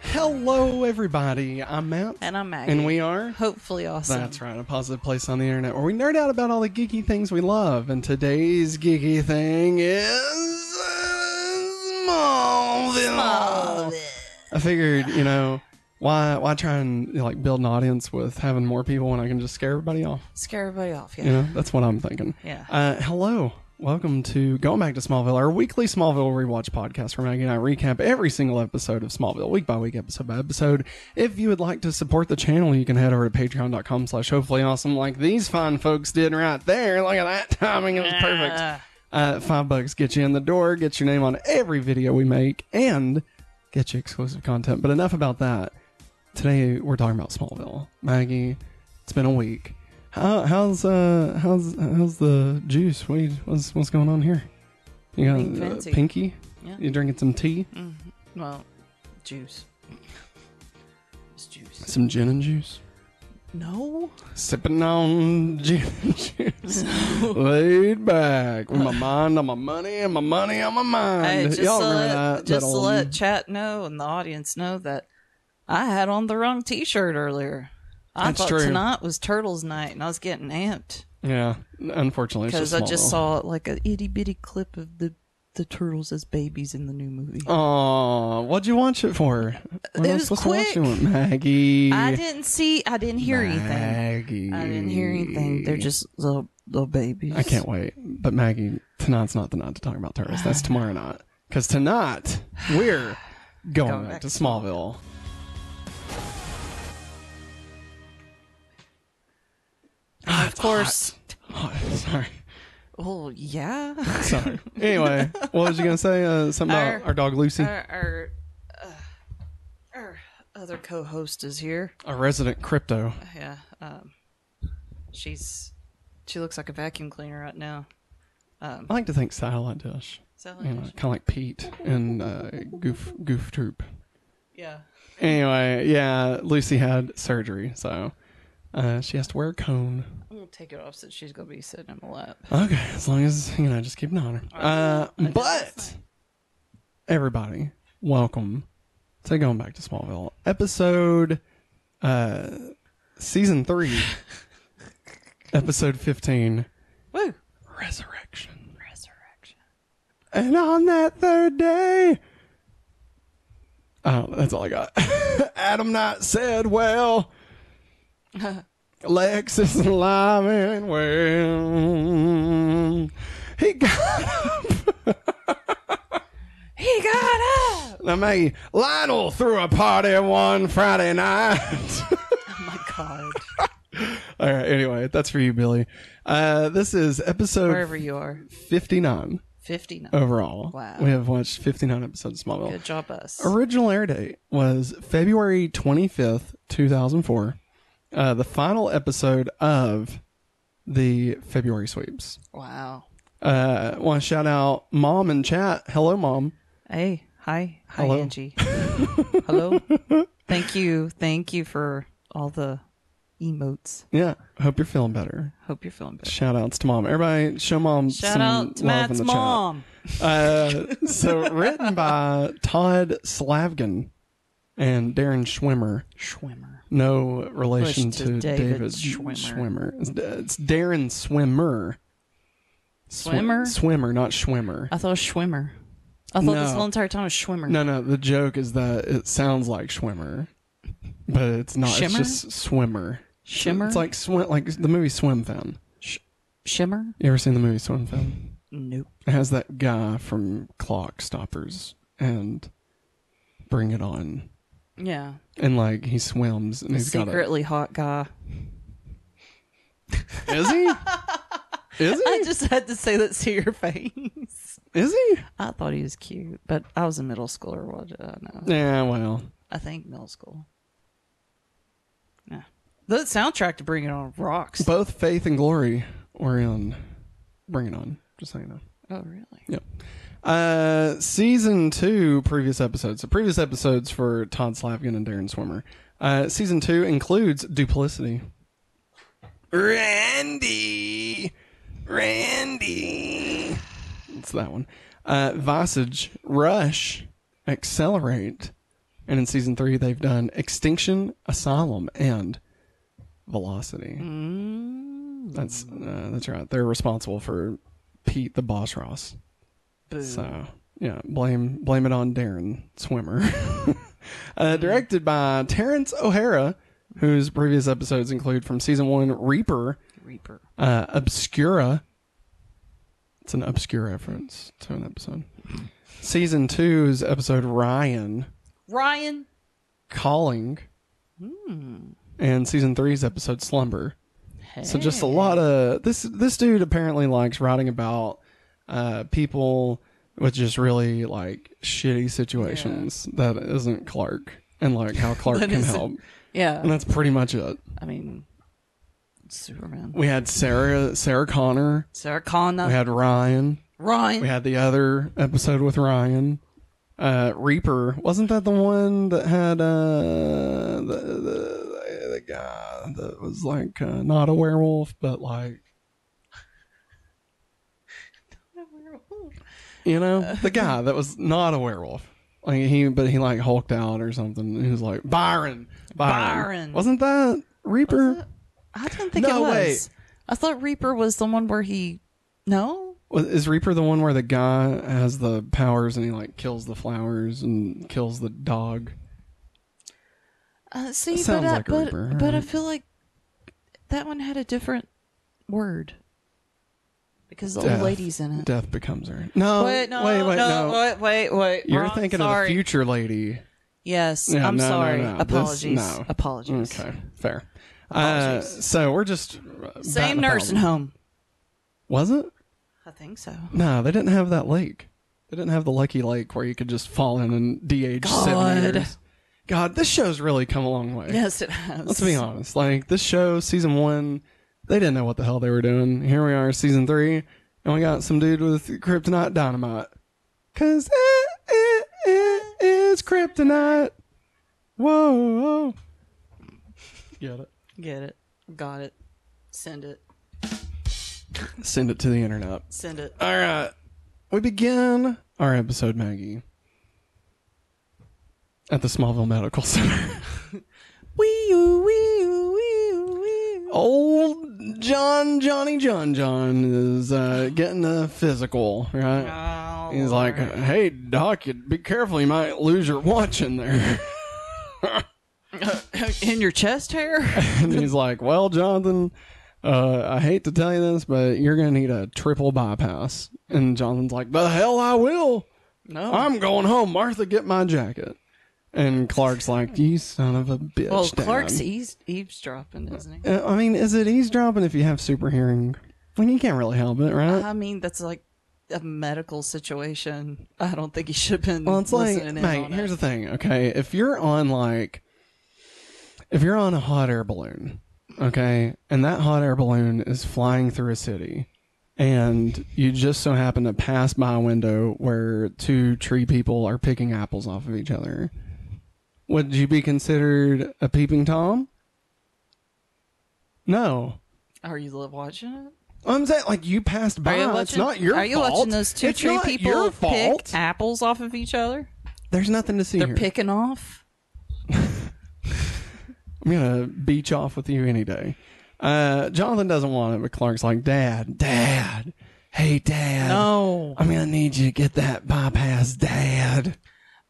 Hello, everybody. I'm Matt. And I'm Maggie. And we are. Hopefully awesome. That's right, a positive place on the internet where we nerd out about all the geeky things we love. And today's geeky thing is. uh, Smallville. I figured, you know, why why try and you know, like build an audience with having more people when I can just scare everybody off? Scare everybody off, yeah. You know, that's what I'm thinking. Yeah. Uh, hello. Welcome to Going Back to Smallville, our weekly Smallville rewatch podcast where Maggie and I recap every single episode of Smallville, week by week, episode by episode. If you would like to support the channel, you can head over to patreon.com slash hopefully awesome like these fine folks did right there. Look at that timing. It was Ah. perfect. Uh, five bucks gets you in the door, gets your name on every video we make, and get you exclusive content. But enough about that. Today we're talking about Smallville. Maggie, it's been a week. How, how's uh how's how's the juice? What you- what's what's going on here? You got Being uh, fancy. pinky? Yeah. Mm. You drinking some tea? Well, juice. It's juice. Some gin and juice? No? Sipping on gin and juice. Laid back with my mind on my money and my money on my mind. Hey, just Y'all to remember let, that? just that to old- let chat know and the audience know that I had on the wrong t shirt earlier. I That's thought true. tonight was Turtles Night and I was getting amped Yeah. Unfortunately, it's because just I just Smallville. saw like an itty bitty clip of the, the turtles as babies in the new movie. Oh, what'd you watch it for? What It am I was supposed quick. To watch it with? Maggie. I didn't see, I didn't hear anything. Maggie. I didn't hear anything. They're just little, little babies. I can't wait. But Maggie, tonight's not the night to talk about terrorists. That's tomorrow night. Because tonight we're going, back, to Smallville. And Ah, of course. Oh, sorry. Oh yeah. Sorry. Anyway, what was you gonna say? Uh, something about Our- our, dog Lucy, our, our our, uh, our other co-host is here. resident crypto. Yeah. Um, she's she looks like a vacuum cleaner right now. Um, I like to think satellite dish. So You know, kind of like Pete and uh, Goof Goof Troop. yeah. Anyway, yeah, Lucy had surgery, so uh, she has to wear a cone. I'm gonna take it off since she's gonna be sitting in my lap. Okay, as long as you know, just keep an eye on her. Uh, but everybody, welcome to going back to Smallville, episode, uh, season three, episode fifteen, Woo! resurrection. Resurrection. And on that third day, oh, that's all I got. Adam Knight said, "Well, Lex is alive and well." He got He got up. I mean, Lionel threw a party one Friday night. Oh my god. All right, anyway, that's for you, Billy. Uh, this is episode Wherever you are, 59 fifty nine. overall. Wow. We have watched 59 episodes of Smallville. Good job, us. Original air date was February 25th, 2004. Uh, the final episode of the February sweeps. Wow. Uh, want to shout out mom and chat. Hello, mom. Hey, hi, hi, Hello. Angie. Hello. Thank you, thank you for all the emotes. Yeah, hope you're feeling better. Hope you're feeling better. Shout outs to mom. Everybody, show mom Shout some out love to Matt's in the mom. chat. Uh, so written by Todd Slavgan and Darren Schwimmer. Schwimmer. No relation Pushed to, to David, David Schwimmer. Schwimmer. It's, it's Darren Swimmer. Swim- Swimmer? Uh. swimmer, not Schwimmer. I thought it was Schwimmer. I thought this No. whole entire time was Schwimmer. No, no. The joke is that it sounds like Schwimmer, but it's not. It's Shimmer? just Swimmer. Shimmer? It's like swim, like the movie Swim Fan. Shimmer? You ever seen the movie Swim Fan? Nope. It has that guy from Clock Stoppers and Bring It On, Yeah. and like he swims and he's Secretly hot guy. got a. Is he? Is he? I just had to say that to your face. Is he? I thought he was cute, but I was in middle school or what? I don't know. Yeah. Well. I think middle school. Yeah. The soundtrack to Bring It On rocks. Both Faith and Glory were in Bring It On. Just so you know. oh, really? Yep. Uh, season two, previous episodes. So previous episodes for Todd Slavkin and Darren Swimmer. Uh, season two includes duplicity. Randy, Randy. It's that one. Uh, Visage, Rush, Accelerate, And in season three, they've done Extinction, Asylum, and Velocity. That's uh, that's right. They're responsible for Pete the Boss Ross. Boo. So yeah, blame blame it on Darren Swimmer. uh, directed by Terrence O'Hara, whose previous episodes include from season one Reaper, Reaper. uh, Obscura. It's an obscure reference to an episode. Season two's episode Ryan Ryan. Calling, Hmm. and season three's episode Slumber. So just a Hey. lot of this. This dude apparently likes writing about uh, people with just really like shitty situations. That isn't Clark, and like how Clark That can isn't- help. Yeah. And that's pretty much it. I mean, Superman. We had Sarah, Sarah Connor. Sarah Connor. We had Ryan. Ryan. We had the other episode with Ryan. Uh, Reaper wasn't that the one that had uh, the, the the guy that was like uh, not a werewolf but like You Uh. know, the guy that was not a werewolf. Like he, but he like hulked out or something. and He was like Byron, Byron. Byron. Wasn't that Reaper? Was it? I didn't think No, it was. wait. I thought Reaper was the one where he. No. Was- Is Reaper the one where the guy has the powers and he like kills the flowers and kills the dog? Uh, see, sounds but I, like a but, Reaper, but I right. feel like that one had a different word because the Death. old lady's in it. Death becomes her. No, Wait, no, wait, wait, no, no. wait, wait, wait. You're Wrong, thinking sorry. of the future lady. Yes, Yeah, I'm no, no, sorry. no. This- Apologies. no. Apologies. Okay, fair. Uh, Apologies. so we're just uh, Same batting a nursing thousand. home. Was it? I think so. No, they didn't have that lake. They didn't have the lucky lake where you could just fall in and DH seven God. years. God, this show's really come a long way. Yes, it has. Let's be honest. Like this show, season one, they didn't know what the hell they were doing. Here we are, season three, and we got some dude with kryptonite dynamite. Cause it, it, it is kryptonite. Whoa, whoa. Get it. Get it. Got it. Send it. Send it to the internet. Send it. All right. We begin our episode, Maggie, at the Smallville Medical Center. Wee oo, wee oo, wee oo, wee oo. Old John, Johnny John John is uh, getting a physical, right? Oh, He's like, Lord. hey, Doc, you be careful. You might lose your watch in there. in your chest hair? and he's like, well, Jonathan, uh, I hate to tell you this, but you're going to need a triple bypass. And Jonathan's like, the hell I will. No. I'm going home. Martha, get my jacket. And Clark's like, you son of a bitch. well, Dad." Clark's eaves- eavesdropping, isn't he? Uh, I mean, is it eavesdropping if you have super hearing? Like, you can't really help it, right? I mean, that's like a medical situation. I don't think he should have been well, it's like, listening in mate, on here's it. the thing, okay? If you're on, like, if you're on a hot air balloon, okay, and that hot air balloon is flying through a city, and you just so happen to pass by a window where two tree people are picking apples off of each other, would you be considered a peeping Tom? No. Are you li- watching it? I'm saying, like, you passed by. Are you it's watching, not your Are you fault. watching those two It's tree not people your pick fault. apples off of each other? There's nothing to see They're here. picking off. I'm gonna beach off with you any day. Uh, Jonathan doesn't want it, but Clark's like, Dad, Dad, hey, Dad, No. I'm gonna need you to get that bypass, Dad.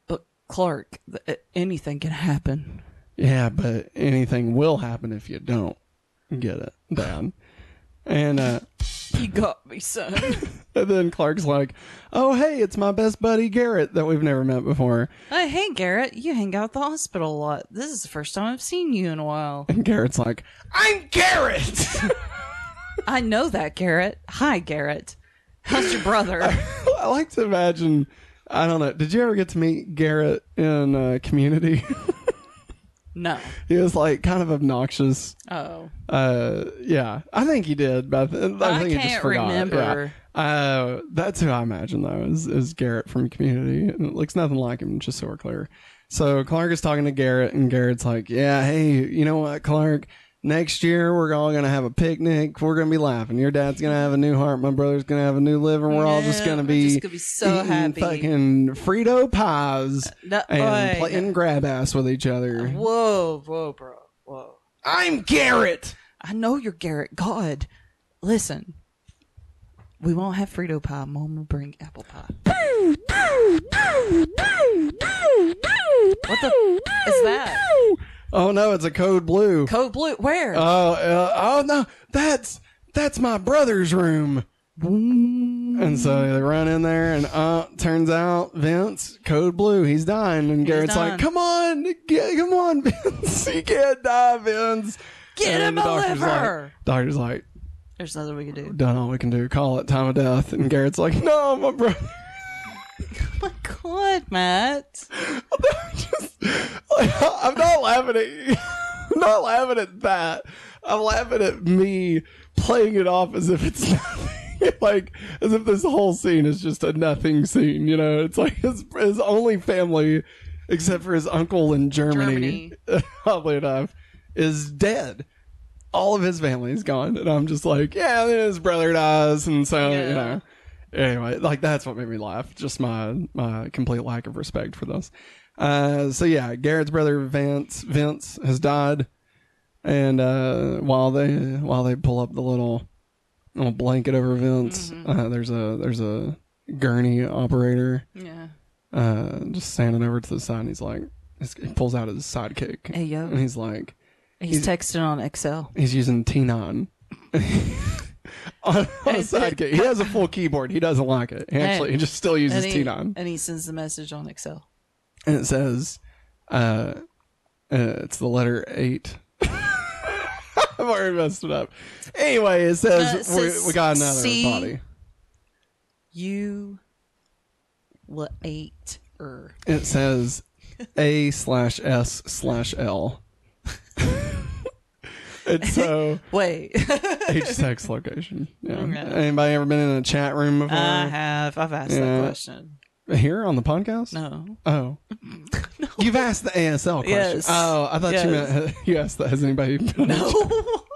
But Clark, th- anything can happen. Yeah, but anything will happen if you don't get it, Dad. and uh, You got me, son. and then Clark's like, Oh, hey, it's my best buddy Garrett that we've never met before. Uh, hey, Garrett, you hang out at the hospital a lot. This is the first time I've seen you in a while. And Garrett's like, I'm Garrett. I know that, Garrett. Hi, Garrett. How's your brother? I like to imagine. I don't know. Did you ever get to meet Garrett in uh, Community? no. he was like kind of obnoxious. Oh. Uh, yeah, I think he did, but I, th- I I think he just can't forgot. remember. Yeah. Uh, that's who I imagine though is, is Garrett from Community, and it looks nothing like him. Just so we're clear. So Clark is talking to Garrett, and Garrett's like, "Yeah, hey, you know what, Clark? Next year, we're all going to have a picnic. We're going to be laughing. Your dad's going to have a new heart. My brother's going to have a new liver. We're all just Yeah, going to we're be, just gonna be so eating happy. Uh, fucking Frito pies No, Uh-huh. and boy, playing no. grab ass with each other. Whoa, whoa, bro, whoa. I'm Garrett. I know you're Garrett. God, listen. We won't have Frito pie. Mom will bring apple pie. What the f- is that? Oh no, it's a code blue. Code blue. Where? Oh, uh, oh no, that's that's my brother's room. And so they run in there, and uh, turns out Vince, code blue, he's dying. And Garrett's dying. like, "Come on, get, come on, Vince, he can't die, Vince." Get And him the a doctor's liver. Like, doctor's like, There's nothing we can do. "Done all we can do. Call it time of death." And Garrett's like, "No, my brother." Oh my god, Matt. just like, I'm not laughing at you. I'm not laughing at that. I'm laughing at me playing it off as if it's nothing. like as if this whole scene is just a nothing scene. You know, it's like his his only family, except for his uncle in Germany, oddly enough, is dead. All of his family is gone, and I'm just like, yeah, then his brother dies, and so you Yeah. know. Anyway, like that's what made me laugh. Just my my complete lack of respect for this. Uh, so yeah, Garrett's brother Vince Vince has died, and uh, while they while they pull up the little little blanket over Vince, Mm-hmm. uh, there's a there's a gurney operator Yeah. uh, just standing over to the side. And he's like, he pulls out his sidekick, Hey yo. and he's like, He's, texting on Excel. he's using T9 on, on a sidekick. He has a full keyboard. He doesn't like it. He actually he just still uses And he, T9. and he sends the message on Excel. And it says, uh, uh, it's the letter 8. I've already messed it up. Anyway, it says, No, Uh, it says we, we got another C. body. You will eight er. It says A slash S slash L. and so Wait. H text location. Yeah. Okay. Anybody ever been in a chat room before? I have. I've asked Yeah. that question. Here on the podcast? No. Oh. You've asked the ASL question. Yes. Oh, I thought you Yes. meant you asked that. Has anybody been No.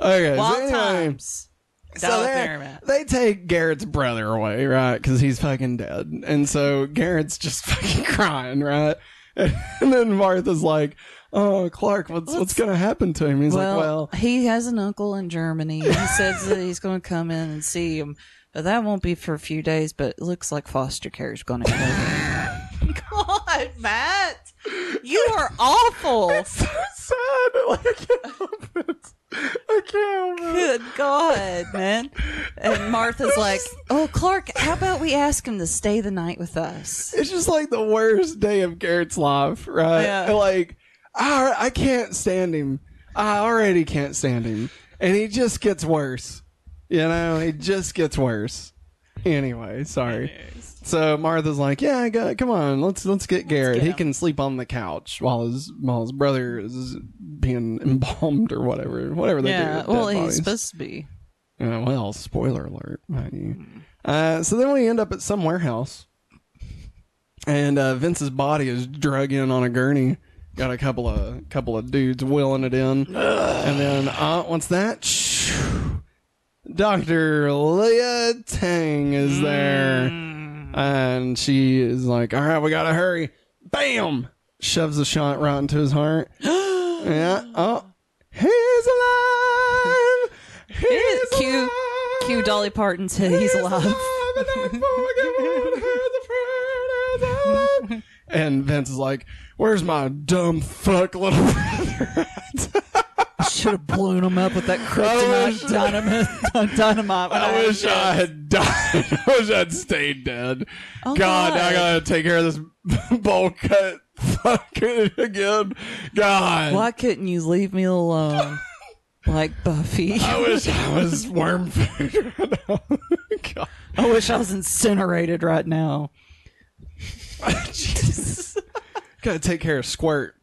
Okay. Wild so anyway, times. Dial up they're- there, Matt. they take Garrett's brother away, right? Because he's fucking dead. And so Garrett's just fucking crying, right? And then Martha's like, oh, Clark, what's, what's, What's- going to happen to him? He's well, like, well, he has an uncle in Germany. He says that he's going to come in and see him, but that won't be for a few days. But it looks like foster care is going to kill him. God, Matt, you are awful. so sad. Like, I can't help it. I can't help it. Good God, man. And Martha's like, "Oh, Clark, how about we ask him to stay the night with us?" It's just like the worst day of Garrett's life, right? Yeah. And, Like, I, I can't stand him. I already can't stand him. And he just gets worse. You know, he just gets worse. Anyway, sorry. So Martha's like, "Yeah, go, come on, let's let's get Garrett. he can sleep on the couch while his while his brother is being embalmed or whatever, whatever they do." Yeah, with well, dead he's bodies. supposed to be. Uh, well, spoiler alert, mind you. Hmm. Uh, so then we end up at some warehouse, and uh, Vince's body is drug in on a gurney. Got a couple of couple of dudes wheeling it in, and then uh, what's that? Doctor Leah Tang is there, and she is like, "All right, we gotta hurry." Bam! Shoves a shot right into his heart. yeah. Oh, he's alive. He's Cue- alive. Cue Dolly Parton said he's alive. and I forgive him. And Vince is like, "Where's my dumb fuck little brother?" Should have blown him up with that wish- kryptonite dynamite. dynamite when I had wish a I chance. had died. I wish I'd stayed dead. Oh, God, God. I gotta take care of this bowl cut fucking again. God, Why couldn't you leave me alone, like Buffy? I wish I was worm food. right now. God. I wish I was incinerated right now. Jesus. gotta take care of Squirt.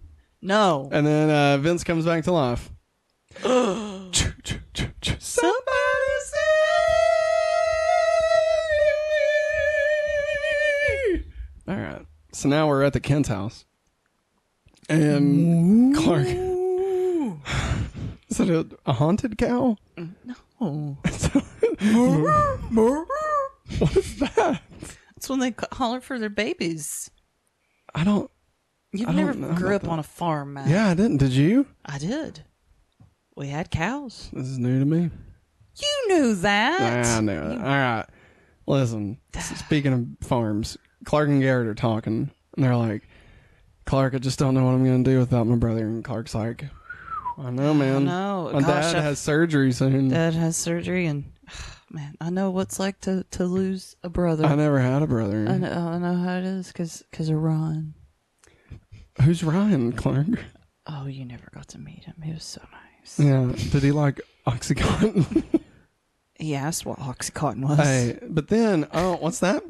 No. And then uh, Vince comes back to life. Choo, choo, choo, choo. Somebody save me. All right. So now we're at the Kent's house. And Clark. Is it a, a haunted cow? Oh, what is that? that's when they ca- holler for their babies. I don't. You've I don't never know grew about up on a farm, Matt. Yeah, I didn't. Did you? I did. We had cows. This is new to me. You knew that. I knew it. All right. Listen, s- speaking of farms, Clark and Garrett are talking, and they're like, Clark, I just don't know what I'm going to do without my brother. And Clark's like, I know, man. know. My Gosh, dad I- has surgery soon. Dad has surgery, and man, I know what's like to to lose a brother. I I know, never had a brother. I know, how it is because of Ron. Who's Ryan, Clark? Oh, you never got to meet him. He was so nice. Yeah. Did he like Oxycontin? He asked what Oxycontin was. hey, but then, oh, what's that?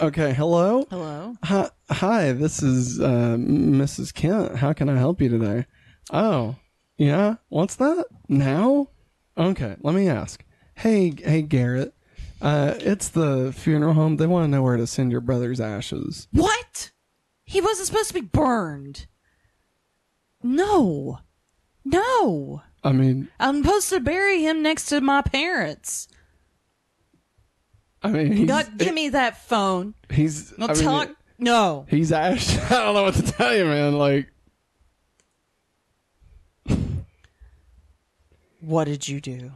Okay, hello. Hello. Hi, hi, this is uh, Mrs. Kent. How can I help you today? Oh, yeah. What's that now? Okay, let me ask. Hey, hey, Garrett. Uh, it's the funeral home. They want to know where to send your brother's ashes. What? He wasn't supposed to be burned. No. No. I mean, I'm supposed to bury him next to my parents. I mean, he's, God, give me that phone. he's No I mean, talk. no. He's ash. I don't know what to tell you, man. Like, What did you do?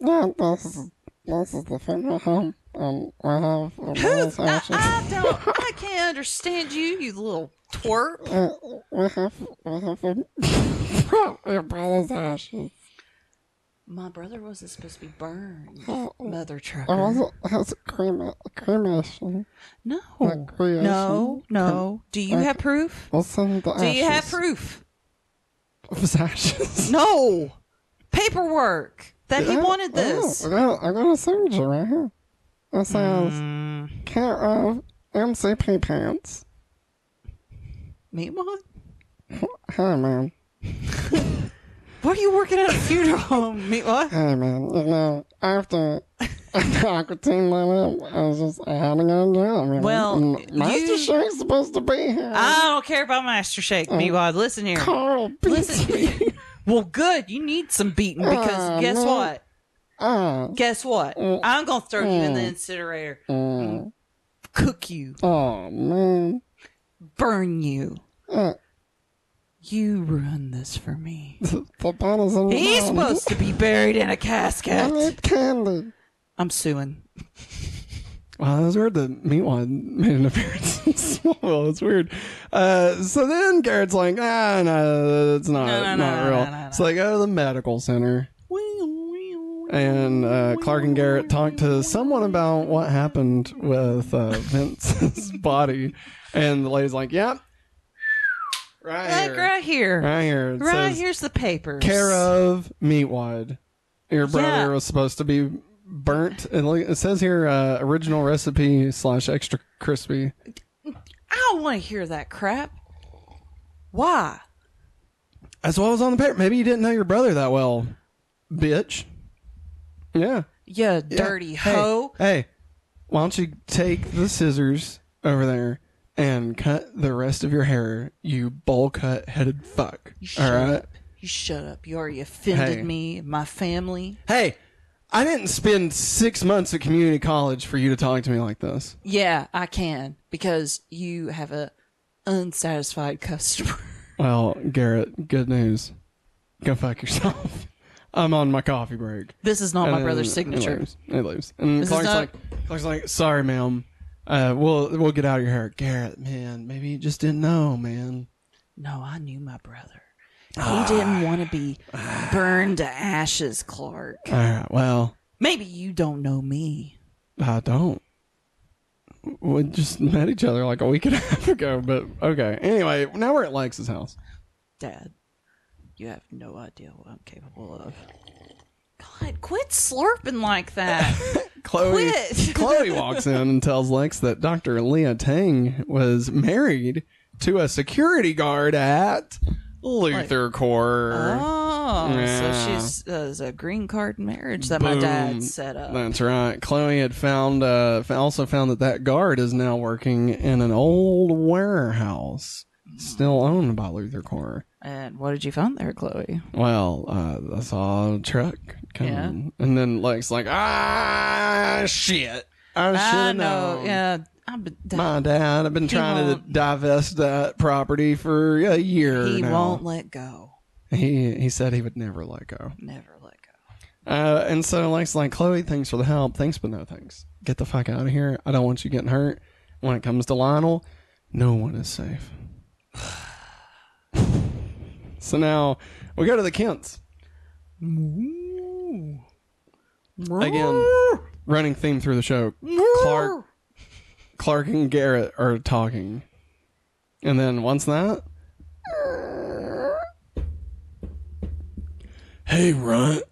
Yeah, this is, this is the funeral home, and we have the brother's I, ashes. I don't. I can't understand you, you little twerp. Uh, we have, we have the, your brother's ashes. My brother wasn't supposed to be burned. Uh, It Mother trucker. was, it was crema, cremation. No. Like creation. No. No. Do you have proof? We'll send the Do ashes. you have proof? of his ashes. No. Paperwork that he Yeah, wanted yeah, this. I got, I got a signature right here. It says, Mm, care of MCP Pants. meat wad? Hey, man. Why are you working at a funeral home, meat wad? Hey, man. You know, after, after Aquatine went up, I was just, I had to go to jail. You Well, know? And Master you- Shake's supposed to be here. I don't care about Master Shake, meat wad. Listen here. Carl beats Listen. me. Well, good. You need some beating because Aw, guess man. what? Ah, Guess what? Mm. I'm gonna throw you in the Mm. incinerator, mm. cook you, oh, man. burn you. Uh, Mm. You run this for me. the bottle's in He's the supposed to be buried in a I casket. need candy. I'm suing. Wow, that was weird that Meatwad made an appearance in Smallville. That's weird. Uh, so then Garrett's like, ah, no, that's not, No, no, no, not no, real. no, no, no. So they go to the medical center, and uh, Clark and Garrett talk to someone about what happened with uh, Vince's body. And the lady's like, yep, right Like here. right here. Right here. It Right says, here's the papers. Care of Meatwad. Your brother Yeah. was supposed to be burnt. It li- it says here uh, original recipe slash extra crispy. I don't want to hear that crap. Why? That's what was on the paper. Maybe you didn't know your brother that well, bitch. Yeah. You dirty Hey, hoe. Hey, why don't you take the scissors over there and cut the rest of your hair, you bowl cut headed fuck. All shut right. up. You shut up. You already offended Hey. me, my family. Hey, I didn't spend six months at community college for you to talk to me like this. Yeah, I can because you have a unsatisfied customer. Well, Garrett, good news. Go fuck yourself. I'm on my coffee break. This is not my And brother's then It signature. leaves. It leaves. And is Clark's not- like, Clark's like, sorry, ma'am. Uh, we'll we'll get out of your hair, Garrett. Man, maybe you just didn't know, man. No, I knew my brother. He Ah. didn't want to be burned to ashes, Clark. All right. Well, Maybe you don't know me. I don't. We just met each other like a week and a half ago, but okay. Anyway, now we're at Lex's house. Dad, you have no idea what I'm capable of. God, quit slurping like that. Chloe Quit. Chloe walks in and tells Lex that Dr. Leah Tang was married to a security guard at Luther Corps. oh, Yeah. so she's uh, is a green card marriage that my Boom. dad set up. That's right. Chloe had found, uh, f- also found that that guard is now working in an old warehouse. still owned by Luther Core. And what did you find there, Chloe? Well, uh, I saw a truck coming, and then Lex like, ah, shit, I should I have know. known. Yeah, I've been, My dad, I've been He trying to won't- divest divest that property for a year. he now. won't let go. He he said he would never let go. Never let go. Uh, and so Lex like, Chloe, thanks for the help. Thanks, but no thanks. Get the fuck out of here. I don't want you getting hurt. When it comes to Lionel, no one is safe. so now we go to the Kents. Again, running theme through the show. Clark Clark and Garrett are talking. And then once that Hey Runt.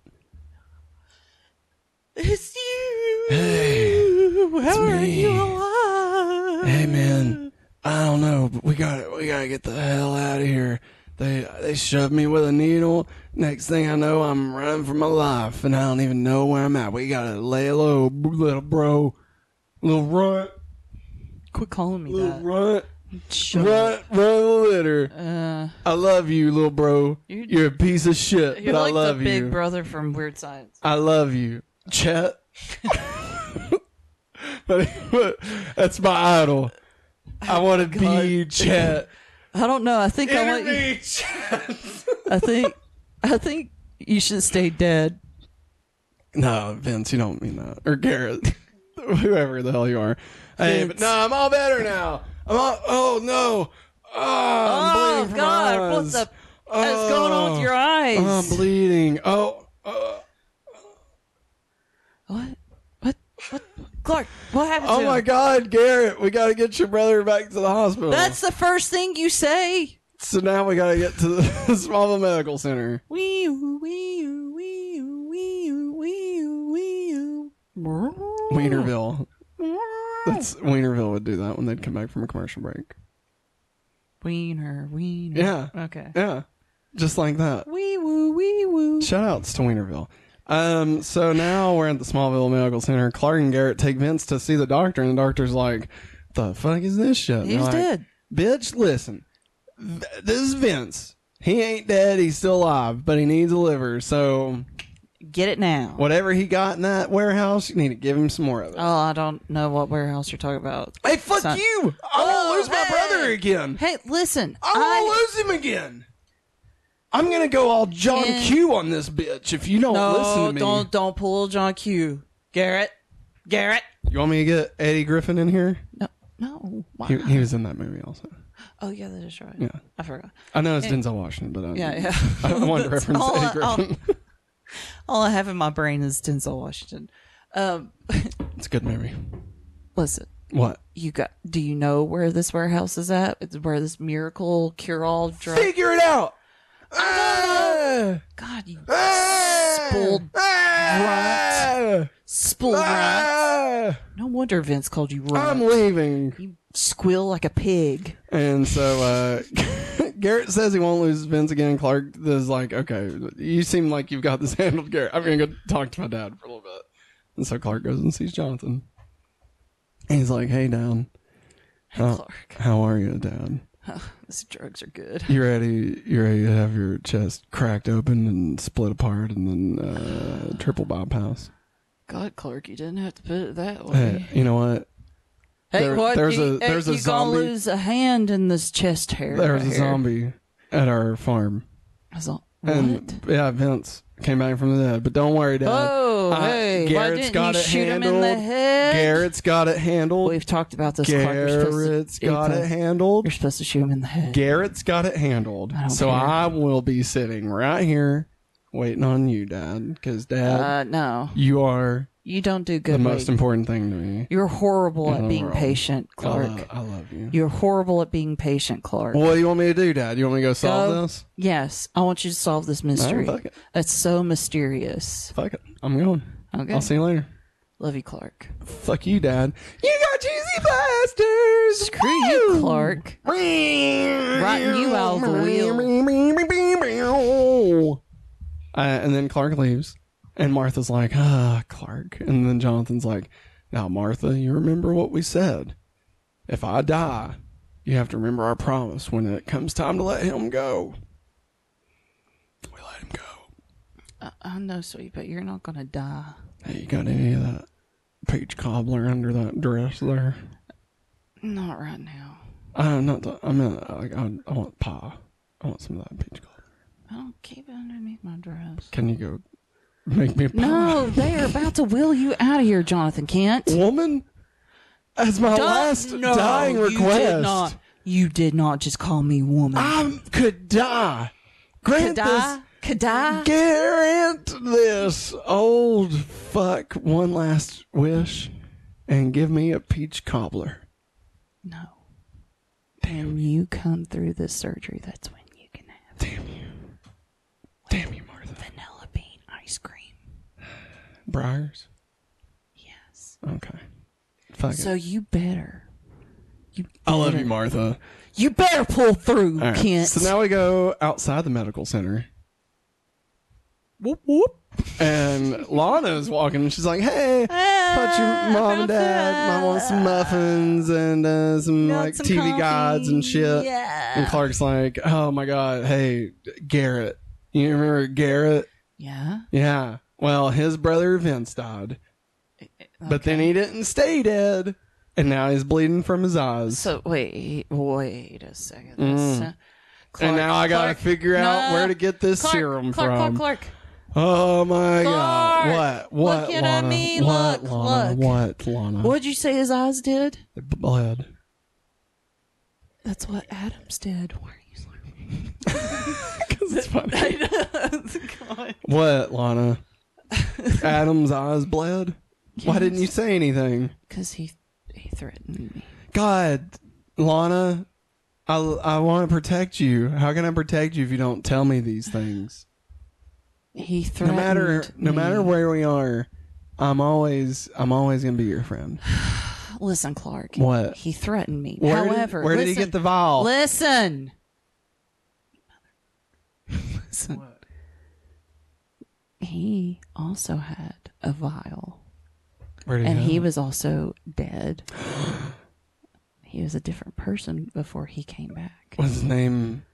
It's you. Hey. How are me. you alive? Hey man, I don't know, but we got we gotta get the hell out of here. They they shoved me with a needle. Next thing I know, I'm running for my life, and I don't even know where I'm at. We gotta lay low, b- little bro, little runt, Quit calling me little that. runt, Shut up. runt, run the litter. Uh, I love you, little bro. You're- You're a piece of shit, you're but like I love the big you. brother from Weird Science. I love you, Chet. but, but that's my idol. I want to Oh God. be you, Chet. I don't know. I think I want you. I think. I think you should stay dead. no, Vince, you don't mean that. Or Garrett, whoever the hell you are. Hey, but Vince. no, I'm all better now. I'm all. Oh no. Oh, I'm Oh, bleeding from God, my what eyes. the- What's going on with your eyes? Oh, I'm bleeding. Oh. uh, What? What? What? Clark, what happened oh to my him? God, Garrett! We gotta get your brother back to the hospital. That's the first thing you say. so now we gotta get to the Smallville Medical Center. Wee wee wee wee wee wee. Wienerville. That's Wienerville would do that when they'd come back from a commercial break. Wiener, wiener. Yeah, Okay. yeah, just like that. Wee woo wee woo. Shout outs to Wienerville. Um, so now we're at the Smallville Medical Center. Clark and Garrett take Vince to see the doctor, and the doctor's like, the fuck is this shit? And He's they're like, dead. Bitch, listen. Th- This is Vince. He ain't dead. He's still alive, but he needs a liver. So Get it now. whatever he got in that warehouse, you need to give him some more of it. Oh, I don't know what warehouse you're talking about. hey, fuck son. you! I Oh, won't lose my hey. brother again. Hey, listen. I won't I, lose him again. I'm gonna go all John And- Q on this bitch if you don't listen no, to me. Oh, don't don't pull John Q. Garrett, Garrett. You want me to get Eddie Griffin in here? No, no. Why? He, he was in that movie also. oh yeah, that is right. Yeah. I forgot. I know it's Denzel Washington, but I, Yeah, yeah. I wanted to That's reference all Eddie I- all- Griffin. All I have in my brain is Denzel Washington. Um, it's a good movie. listen, What? you got. Do you know where this warehouse is at? It's where this miracle cure-all drug. Figure it out! God, you Ah! spoiled Ah! spool rat. Ah! No wonder Vince called you I'm rat. leaving. You squill like a pig. And so uh, Garrett says he won't lose Vince again. Clark is like, okay, you seem like you've got this handled, Garrett. I'm going to go talk to my dad for a little bit. And so Clark goes and sees Jonathan. And he's like, hey, Dad, Oh. Clark, how are you, Dad? these drugs are good. You ready? You ready to have your chest cracked open and split apart and then uh, triple bypass? God, Clark, you didn't have to put it that way. Hey, you know what? Hey, There- what? there's you, a- there's a you zombie- gonna lose a hand in this chest hair. There was right a here. zombie at our farm. I was like, what? And yeah, Vince came back from the dead. But don't worry, Dad. Oh, Uh, hey, why Garrett's didn't got you it shoot him in handled. the head? Garrett's got it handled. We've talked about this. Clark. You're supposed Garrett's to- got you're it handled. You're supposed to shoot him in the head. Garrett's got it handled. don't So care. I will be sitting right here waiting on you, Dad. Because, Dad, uh, no, you are you don't do the good. most Wade. important thing to me. You're horrible at No, being we're all- patient, I lo- Clark. I love you. You're horrible at being patient, Clark. Well, What do you want me to do, Dad? You want me to go solve Go. this? Yes, I want you to solve this mystery. fuck it. It's so mysterious. Fuck it. I'm going. Okay, I'll see you later. love you, Clark. Fuck you, Dad. You got cheesy blasters. Screw you, Clark. Rotten you out the wheel. Uh, and then Clark leaves, and Martha's like, "Ah, Clark." And then Jonathan's like, "Now, Martha, you remember what we said? If I die, You have to remember our promise when it comes time to let him go. We let him go. I, I know, sweet, Oh, but you're not gonna die. Hey, you got any of that peach cobbler under that dress there? Not right now. I'm not. The, I mean, I, I, I want pie. I want some of that peach cobbler. I don't keep it underneath my dress. Can you go make me a pie? No, they are about to will you out of here, Jonathan Kent. woman as my Duh, last no, dying request. You did not. You did not just call me woman. I could die. Grant Kada, kada. this. Grant this old fuck one last wish, and give me a peach cobbler. No. When you come through the surgery, that's when you can have Damn you. Damn you, Martha. vanilla bean ice cream. Briars. Yes. Okay. Fuck So it. you better. You I love you, Martha. You better pull through, All right. Kent. So now we go outside the medical center. Whoop whoop. And Lana's walking and she's like, Hey, But your Ah, mom and dad might want some muffins and uh, some Want like some TV coffee. guides and shit. And Yeah. Clark's like, oh my god, hey Garrett, you remember Garrett? Yeah. Yeah. Well, his brother Vince died, Eh, but then he didn't stay dead, and now he's bleeding from his eyes. So wait, wait a second. Mm. This, uh, Clark, and now I gotta Clark, figure out no, where to get this Clark, serum Clark, from. Clark, Clark. Oh my god! Clark, What? What? look at Lana? me, What? look, Lana? look. What? Lana? What'd you say his eyes did? It bled. That's what Adams did. Why are you slurping? Because it's funny. God. What, Lana? Adam's eyes bled? Why didn't you say anything? Because he he threatened me. God, Lana, I, I want to protect you. How can I protect you if you don't tell me these things? He No threatened. matter no me. matter where we are, I'm always I'm always gonna be your friend. Listen, Clark. What? He threatened me. Where did- However, where listen, did he get the vial? Listen. Listen. He also had a vial, Where did and have he it? was also dead. he was a different person before he came back. was his name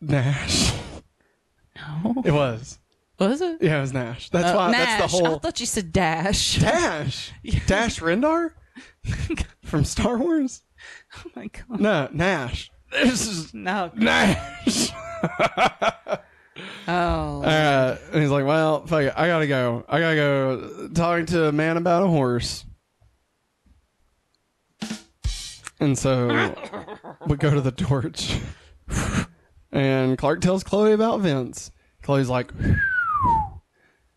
Nash. No, It was. was it? Yeah, it was Nash. That's Uh, why Nash. that's the I whole thought you said Dash. Dash. Dash Rendar from Star Wars? oh my god. No, Nash. This is No. Nash. Oh. Uh, and he's like, well, fuck it. I gotta go. I gotta go. Talking to a man about a horse. And so we go to the torch. and Clark tells Chloe about Vince. Chloe's like,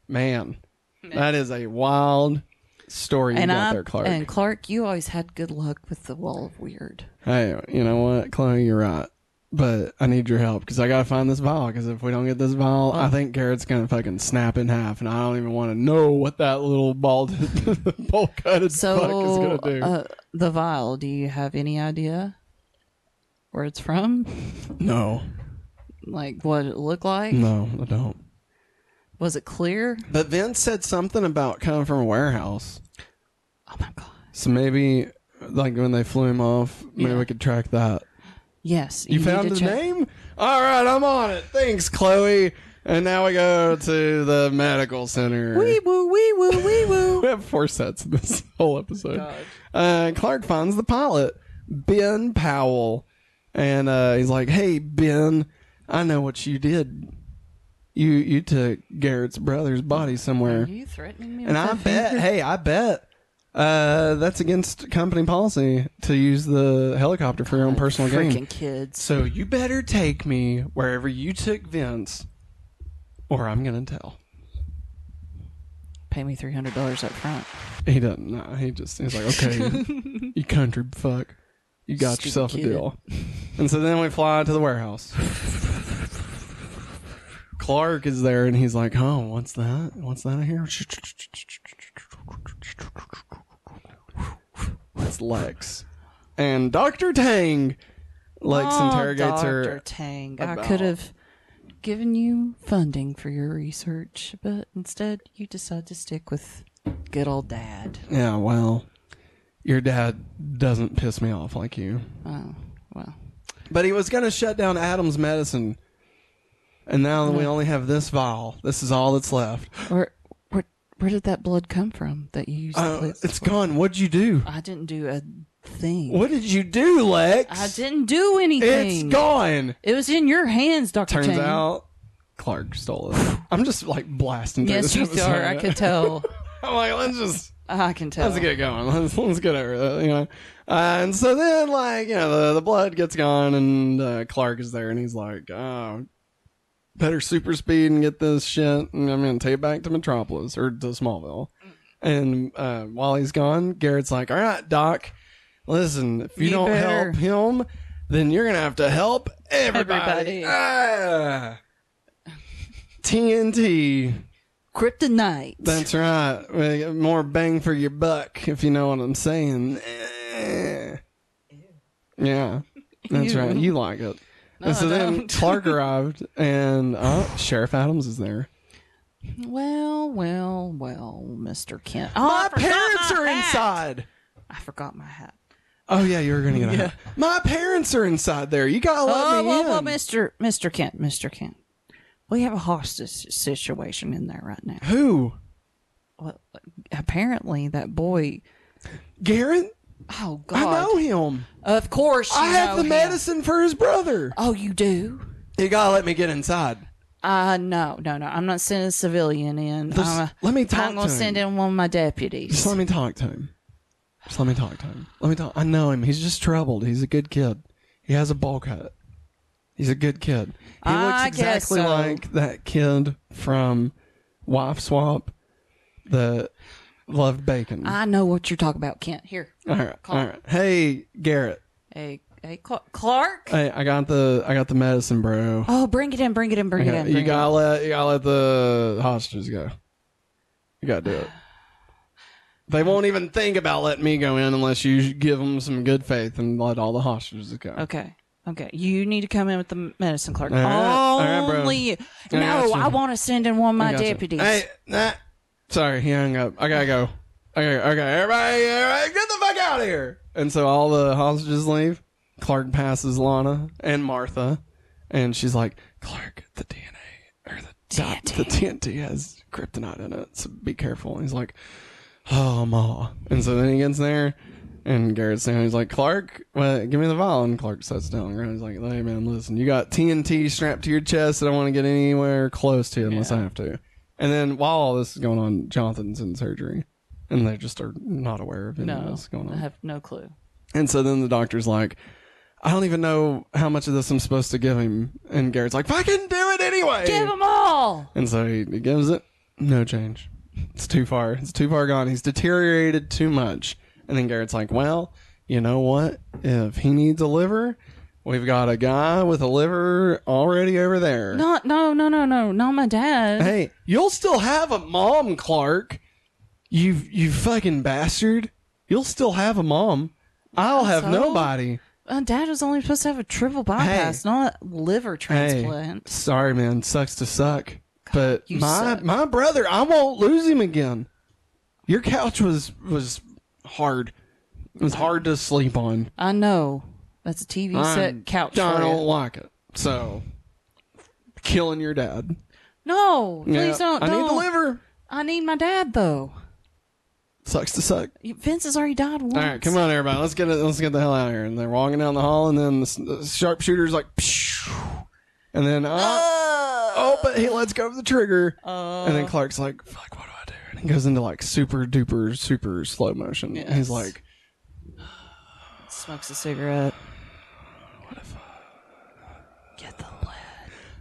man, that is a wild story you and got I there, Clark. and Clark, you always had good luck with the wall of weird. hey, you know what, Chloe, you're right. But I need your help because I gotta find this vial. Because if we don't get this vial, I think Garrett's gonna fucking snap in half, and I don't even want to know what that little bald, bowl cutted fuck is So, gonna do. uh, the vial. Do you have any idea where it's from? no, Like what it looked like? no, I don't. Was it clear? But Vince said something about coming from a warehouse, Oh my god! so maybe like when they flew him off, maybe Yeah. we could track that. Yes, You, need found to his check- name? All right, I'm on it. Thanks, Chloe. And now we go to the medical center. Wee woo, wee woo, wee woo. We have four sets in this whole Oh episode. Uh, Clark finds the pilot, Ben Powell, and uh, he's like, "Hey, Ben, I know what you did. You you took Garrett's brother's body Are somewhere, you threatening me? and with I that bet, finger? hey, I bet." Uh, that's against company policy to use the helicopter for your own personal gain. freaking kids. So you better take me wherever you took Vince, or I'm gonna tell. Pay me three hundred dollars up front. He doesn't. Nah, he just he's like, okay, you country fuck, you got Stupid yourself a kid. deal. And so then we fly to the warehouse. Clark is there, and he's like, oh, what's that? What's that I hear? It's Lex, and Doctor Tang. Lex Oh, interrogates Dr. her. Tang. I about- could have given you funding for your research, but instead you decide to stick with good old dad. Yeah, well, your dad doesn't piss me off like you. Oh, well. But he was going to shut down Adam's medicine. And now that we only have this vial, this is all that's left. Where, where, where did that blood come from that you used to Uh, play- it's gone. What'd you do? I didn't do a thing. What did you do, Lex? I didn't do It's anything. gone. It was in your hands, Dr. Turns Chang. out Clark stole it. I'm just like blasting through Yes, you this episode. are. I could tell. I'm like, let's just I can tell. let's get going. Let's let's get over that, you know. Uh, and so then, like, you know, the, the blood gets gone, and uh, Clark is there, and he's like, oh, better super speed and get this shit, and I'm gonna take it back to Metropolis or to Smallville. And uh, while he's gone, Garrett's like, all right, Doc, listen, if you, You don't better- help him, then you're gonna have to help everybody. Everybody. Ah. TNT. Kryptonite. That's right. We get More bang for your buck, if you know what I'm saying. Eh. Yeah, that's Ew. right. You like it. No, and so I then don't. Clark arrived, and oh, Sheriff Adams is there. Well, well, well, Mr. Kent. Oh, I My forgot parents my are hat. inside. I forgot my hat. Oh yeah, you were gonna get a hat. My parents are inside there. You gotta let Oh, me well, in. well, Mr. Mr. Kent, Mr. Kent. We have a hostage situation in there right now. Who? Well, apparently, that boy. Garrett? Oh, I God. know him. Of course, you I have know the him. medicine for his brother. Oh, you do? You gotta let me get inside. Uh, no, no, no. I'm not sending a civilian in. Just I'm, let me talk I'm gonna to him. send in one of my deputies. Just let me talk to him. Just let me talk to him. Let me talk. I know him. He's just troubled. He's a good kid. He has a ball cut. He's a good kid. He looks I guess exactly so. like that kid from Wife Swap that loved bacon. I know what you're talking about, Kent. Here. all right, all right. Hey Garrett. Hey, hey, Cla- Clark. Hey, I got the I got the medicine, bro. Oh, bring it in, bring it in, bring You it in. gotta, Bring you it in. gotta let you gotta let the hostages go. You gotta do it. They won't even think about letting me go in unless you give them some good faith and let all the hostages go. Okay. Okay. You need to come in with the medicine clerk. All right. All right, bro. Only you. I No, gotcha. I want to send in one of my Gotcha. deputies. Hey, nah. Sorry, he hung up. I gotta go. Okay, okay, everybody, everybody, get the fuck out of here! And so all the hostages leave. Clark passes Lana and Martha, and she's like, "Clark, the DNA or the dot- TNT. the TNT has kryptonite in it, so be careful." And he's like, "Oh, ma." And so then he gets there, and Garrett's down. He's like, "Clark, well, give me the vial." And Clark sets down. And he's like, "Hey, man, listen, you got TNT strapped to your chest. I don't want to get anywhere close to it unless I have to." And then while all this is going on, Jonathan's in surgery, and they just are not aware of any of no, this going I on. have no clue. And so then the doctor's like, I don't even know how much of this I'm supposed to give him. And Garrett's like, fucking do it anyway. Give them all. And so he, he gives it. No change. It's too far. It's too far gone. He's deteriorated too much. And then Garrett's like, well, you know what? If he needs a liver, we've got a guy with a liver already over there. Not, no, no, no, no, not my dad. Hey, you'll still have a mom, Clark. You you fucking bastard. You'll still have a mom. I'll have So? nobody. Uh, dad was only supposed to have a triple bypass, not a liver transplant. Hey, sorry, man. Sucks to suck. But you my suck. my brother, I won't lose him again. Your couch was was hard. It was hard to sleep on. I know. That's a TV I'm- set couch. I for you. don't like it. So killing your dad. No, please Yeah. don't. I don't. need the liver. I need my dad though. Sucks to suck. Vince has already died once. All right, come on, everybody. Let's get it. Let's get the hell out of here. And they're walking down the hall, and then the, s- the sharpshooter's like, "Pshh." and then uh, oh, but he lets go of the trigger, and Oh. then Clark's like, "Fuck, what do I do?" And he goes into like super duper super slow motion. And He's Yes. like, Smokes a cigarette. Get the lead.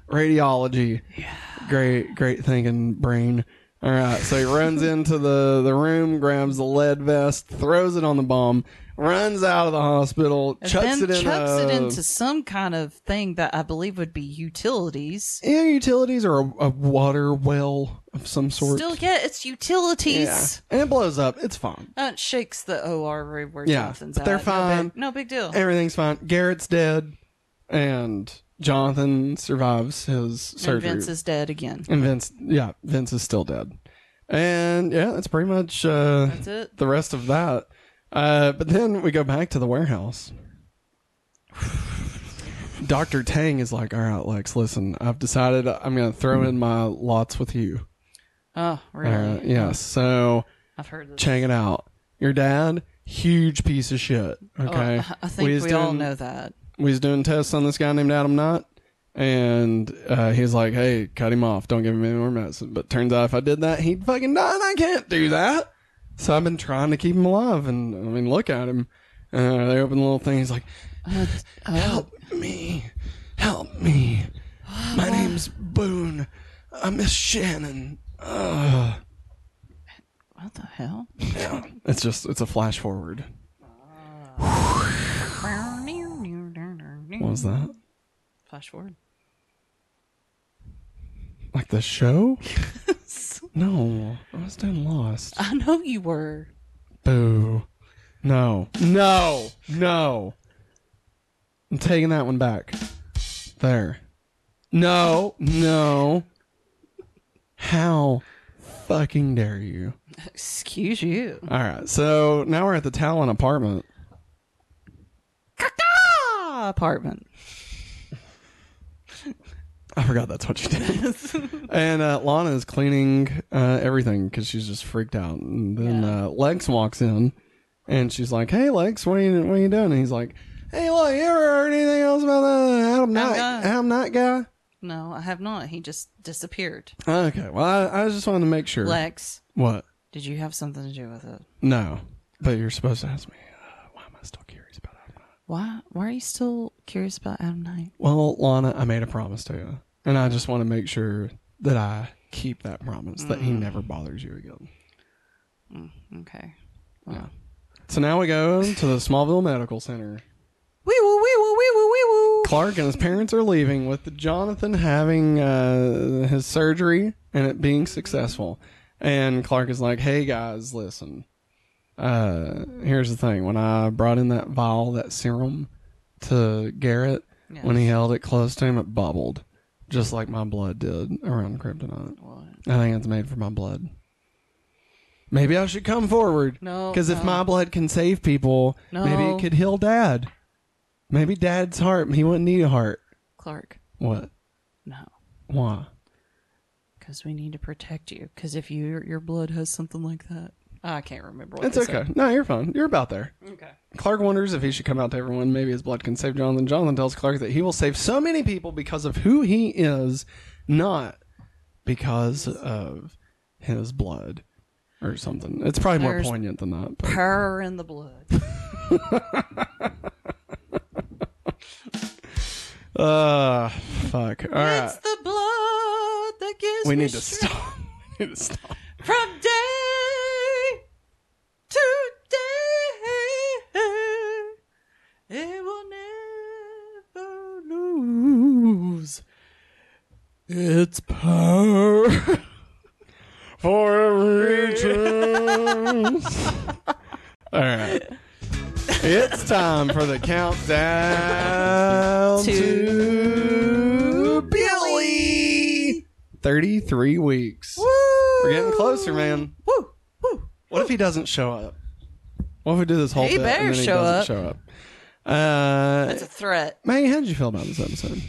radiology. Yeah. Great, great thinking brain. All right, so he runs into the, the room, grabs the lead vest, throws it on the bomb, runs out of the hospital, chucks then it in uh, chucks a- it into some kind of thing that I believe would be utilities. air utilities or a, a water well of some sort. Still, yeah, it's yeah. utilities. And it blows up. It's fine. Uh, it shakes the OR room where Yeah, Jonathan's but they're at. No big- fine. No big, deal. Everything's fine. Garrett's dead, and Jonathan survives his and surgery. Vince is dead again. And Vince- yeah, Vince is still dead. And yeah, that's pretty much uh, That's it. the rest of that. Uh, but then we go back to the warehouse. Dr. Tang is like, all right, Lex, listen, I've decided I'm going to throw in my lots with you. Oh, All really? right, yeah, so I've heard this. check it out. Your dad, huge piece of shit. Oh, Okay. I- I think we, was all doing- know that. we was doing tests on this guy named Adam Knight, and uh, he's like, "Hey, cut him off. Don't give him any more medicine." But turns out if I did that, he'd fucking die, and I can't do that. So I've been trying to keep him alive, and I mean, look at him. Uh, they open the little thing. He's like, Uh, uh, "Help me, help me. Oh, My name's Boone. I miss Shannon." Ugh. what the hell? It's just it's a flash forward. What was that? Flash forward. Like the show? no, I was doing Lost. I know you were. Boo. No. No. No. I'm taking that one back. There. No. No. How fucking dare you? Excuse you. All right. So now we're at the Talon apartment. Caca! Apartment. I forgot that's what you did. and uh, Lana is cleaning uh, everything because she's just freaked out. And then uh, Lex walks in, and she's like, "Hey, Lex, what are you what are you doing?" And he's like, "Hey, look, you ever heard anything else about that Adam Knight? Knight. Adam Knight guy?" No, I have not. He just disappeared. Okay. Well, I, I just wanted to make sure. Lex, What? did you have something to do with it? No, but you're supposed to ask me. Uh, why am I still curious about Adam Knight? Why? Why are you still curious about Adam Knight? Well, Lana, I made a promise to you, and I just want to make sure that I keep that promise that Mm. he never bothers you again. Okay. Well. So now we go to the Smallville Medical Center. Wee woo wee woo wee woo wee woo. Clark and his parents are leaving with Jonathan having uh, his surgery and it being successful. And Clark is like, "Hey guys, listen. Uh, here's the thing. When I brought in that vial, that serum to Garrett, Yeah. when he held it close to him, it bubbled, just like my blood did around kryptonite. What? I think it's made for my blood. Maybe I should come forward. No, Because if no. my blood can save people, maybe No. it could heal dad. Maybe dad's heart, he wouldn't need a heart. Clark, What? no. Why? Because we need to protect you. Because if your your blood has something like that, I can't remember. what It's they okay. No, you're fine. You're about there. said. Okay. Clark wonders if he should come out to everyone. Maybe his blood can save Jonathan. Jonathan tells Clark that he will save so many people because of who he is, not because of his blood or something. It's probably more There's- poignant than that. but- Power in the blood. Uh, fuck. All right. It's the blood that gives Uh, We me need to strength stop. We need to stop. from day to day. It will never lose its power. For every chance. All right. It's time for the countdown to, Billy. 33 weeks. We're getting closer, man. Woo, woo. What if he doesn't show up? What if we do this whole He bit better and then he show doesn't up. show up? Uh, That's a threat. Maggie, how did you feel about this episode?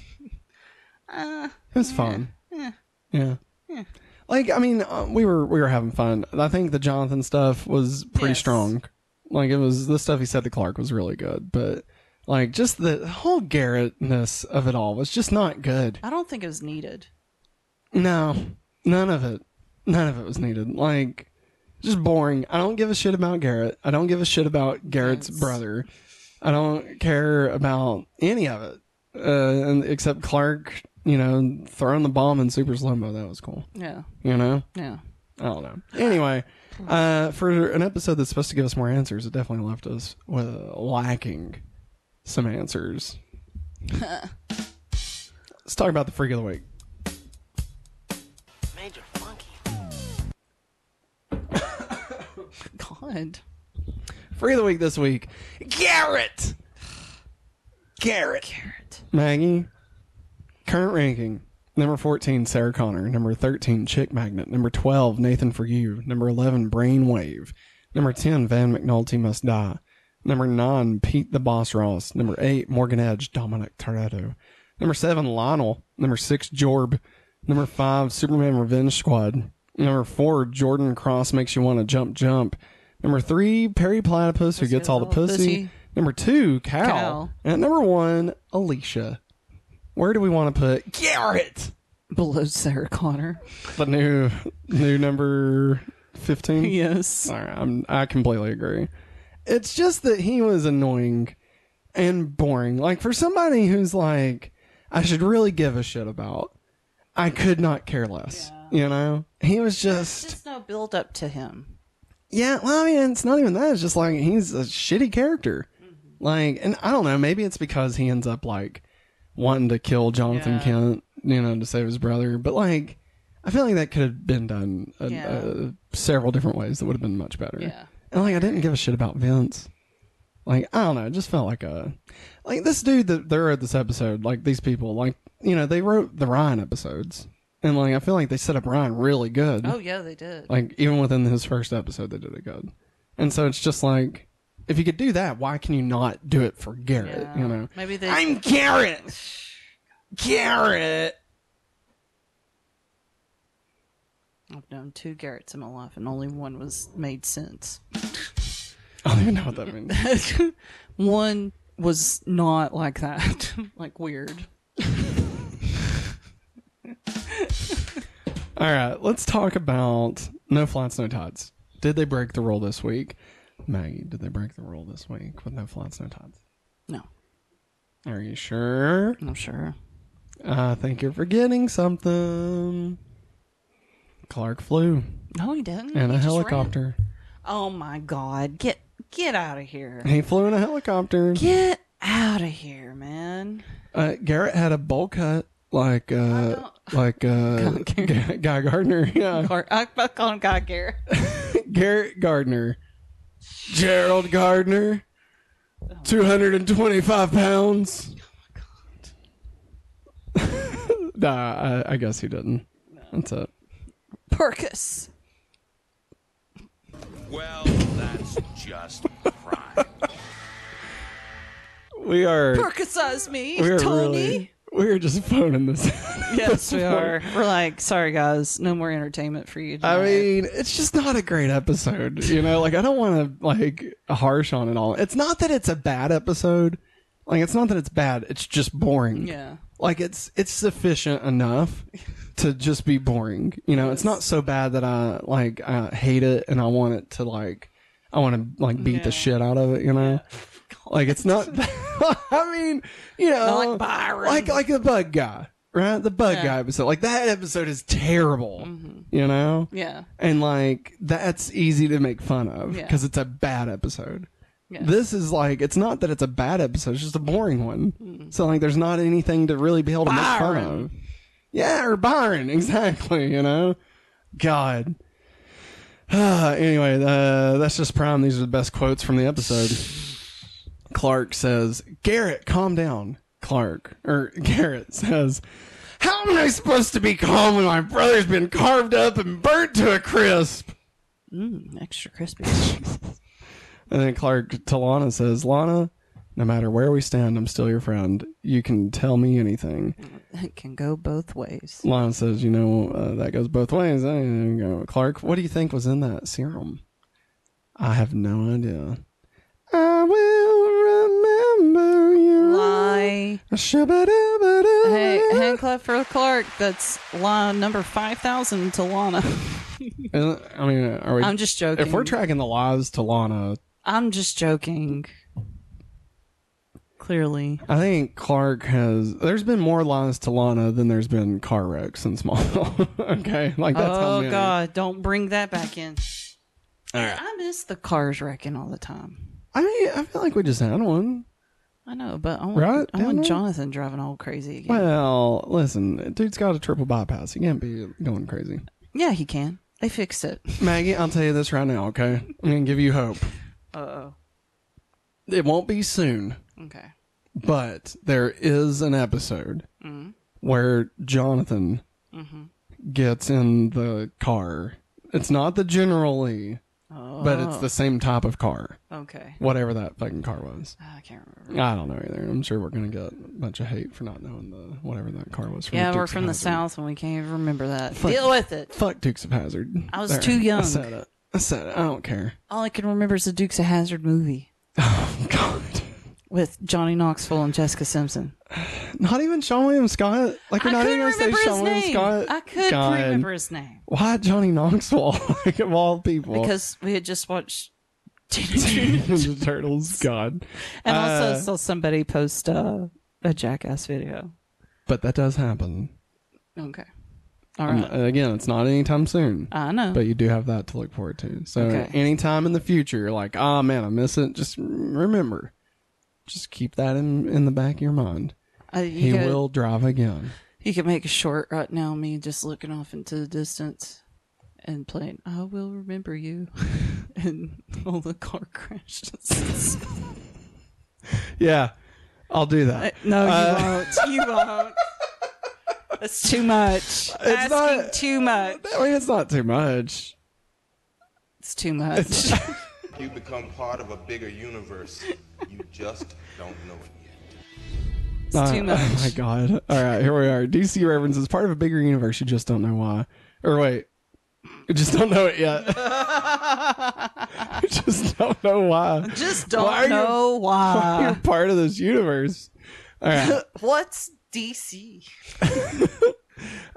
Uh, It was fun. Yeah. Like I mean, uh, we were we were having fun. I think the Jonathan stuff was pretty Yes. strong. Like it was the stuff he said to Clark was really good, but like just the whole Garrettness of it all was just not good. I don't think it was needed. No, none of it. None of it was needed. Like just boring. I don't give a shit about Garrett. I don't give a shit about Garrett's Yes. brother. I don't care about any of it. Uh, and except Clark, you know, throwing the bomb in super slow mo. That was cool. Yeah, You know. yeah. I don't know. Anyway, uh, for an episode that's supposed to give us more answers, it definitely left us with uh, lacking some answers. Let's talk about the freak of the week. Major Funky. God. Freak of the week this week, Garrett. Garrett. Garrett. Maggie. Current ranking. Number 14, Sarah Connor. Number 13, Chick Magnet. Number 12, Nathan For You. Number 11, Brainwave. Number 10, Van McNulty Must Die. Number 9, Pete the Boss Ross. Number 8, Morgan Edge, Dominic Toretto. Number 7, Lionel. Number 6, Jorb. Number 5, Superman Revenge Squad. Number 4, Jordan Cross Makes You Want to Jump Jump. Number 3, Perry Platypus, Who Pussy Gets All the Little Pussy. Pussy. Number 2, Cal. Cal. And at number 1, Alicia. Where do we want to put Garrett? Below Sarah Connor. The new new number 15? Yes. Sorry, I'm, I completely agree. It's just that he was annoying and boring. Like, for somebody who's like, I should really give a shit about, I could not care less. You know? He was just, Just no build up to him. yeah, well, I mean, it's not even that. It's just like, he's a shitty character. Mm-hmm. Like, and I don't know, maybe it's because he ends up, like, wanting to kill Jonathan Yeah. Kent, you know, to save his brother. But, like, I feel like that could have been done uh, Yeah. uh, several different ways that would have been much better. Yeah. And like I didn't give a shit about Vince. Like, I don't know, it just felt like a like this dude that they wrote this episode, like these people, like you know, they wrote the Ryan episodes. And like I feel like they set up Ryan really good. Oh yeah, they did. Like even within his first episode they did it good. And so it's just like if you could do that, why can you not do it for Garrett? Yeah. You know? Maybe they. I'm Garrett. Garrett. I've known two Garrett's in my life, and only one was made sense. I don't even know what that means. one was not like that, like weird. All right, let's talk about no flats, no tides. Did they break the rule this week? Maggie, did they break the rule this week with no flats, no tides? No, Are you sure? Uh, I'm sure. I think you're forgetting something. Clark flew No, he didn't. in He a just ran. helicopter. Oh my God! Get get out of here! He flew in a helicopter. Get out of here, man! Uh, Garrett had a bowl cut like uh, like uh, Guy Guy Gardner. Yeah, Gar- I I call him God Garrett. Garrett Gardner. Gerald Gardner. 225 pounds. nah, I, I guess he didn't. That's it. Perkus. Well, that's just crime. We are. Perkusize me, We are Tony. really. We are just phoning this. Yes, we are. We're like, sorry guys, no more entertainment for you. I tonight." mean, it's just not a great episode. You know, like I don't want to like harsh on it all. It's not that it's a bad episode. Like it's not that it's bad. It's just boring. yeah. like it's it's sufficient enough to just be boring you know it's not so bad that i like i hate it and i want it to like i want to like beat Yeah. the shit out of it you know like it's not i mean you know Not like Byron. like like the bug guy right the bug guy episode like that episode is terrible Mm-hmm. you know Yeah. and like that's easy to make fun of Yeah. because it's a bad episode Yeah. this is like it's not that it's a bad episode it's just a boring one so like there's not anything to really be able to make fun Byron. of yeah or byron exactly you know god anyway uh, that's just prime these are the best quotes from the episode clark says garrett calm down clark or garrett says how am i supposed to be calm when my brother's been carved up and burnt to a crisp Mm, extra crispy. And then Clark to Lana says, Lana, no matter where we stand, I'm still your friend. You can tell me anything. it can go both ways. Lana says, you know, uh, that goes both ways. I ain't gonna go. Clark, what do you think was in that serum? I have no idea. I will remember you. Lie. Shabba-dabba-doo. Hey, hand clap for Clark. That's line number 5,000 to Lana. Uh, I mean, are we, I'm just joking. if we're tracking the lies to Lana, I'm just joking. Clearly. I think Clark has. There's been more lies to Lana than there's been car wrecks in Smallville. okay, like that's how oh, many. God. Don't bring that back in. I miss the cars wrecking all the time. I mean, I feel like we just had one. I know, but I want, Right, I want Daniel? Jonathan driving all crazy again. Well, listen, dude's got a triple bypass. He can't be going crazy. yeah, he can. They fixed it. Maggie, I'll tell you this right now. Okay, I'm gonna give you hope. Uh oh. It won't be soon, Okay. but there is an episode Mm-hmm. where Jonathan gets in the car. It's not the General Lee. but Oh. it's the same type of car, Okay. whatever that fucking car was. I can't remember. I don't know either. I'm sure we're gonna get a bunch of hate for not knowing the whatever that car was. From Yeah, we're Dukes of from the Hazzard. south and we can't even remember that. Fuck. Deal with it. Fuck Dukes of Hazard. I was too young. I said it. I said it. I don't care. All I can remember is the Dukes of Hazard movie Oh God. with Johnny Knoxville and Jessica Simpson. Not even Sean William Scott. Like we're I not even couldn't gonna say remember his Sean William name. Scott. I could God. remember his name Why Johnny Knoxville? like of all people. because we had just watched Teenage Mutant the turtles. God. and also Uh, saw somebody post uh, a jackass video. But that does happen. Okay. All Um, right. and again, it's not anytime soon. I know. but you do have that to look forward to. So Okay. anytime in the future, you're like, oh man, I miss it. Just remember, just keep that in in the back of your mind. Uh, you he could, will drive again. You could make a short right now, me just looking off into the distance and playing, I will remember you. and all the car crashes. Yeah, I'll do that. no, you Uh, won't. You won't. That's too much. Asking not- too much. I mean, it's not too much. It's too much. You become part of a bigger universe. You just don't know it yet. It's too Uh, Oh my much. god! All right, here we are. DC reference is part of a bigger universe. You just don't know why, or wait, you just don't know it yet. you just don't know why. Just Why are you- don't know why you're why. part of this universe. All right. What's DC?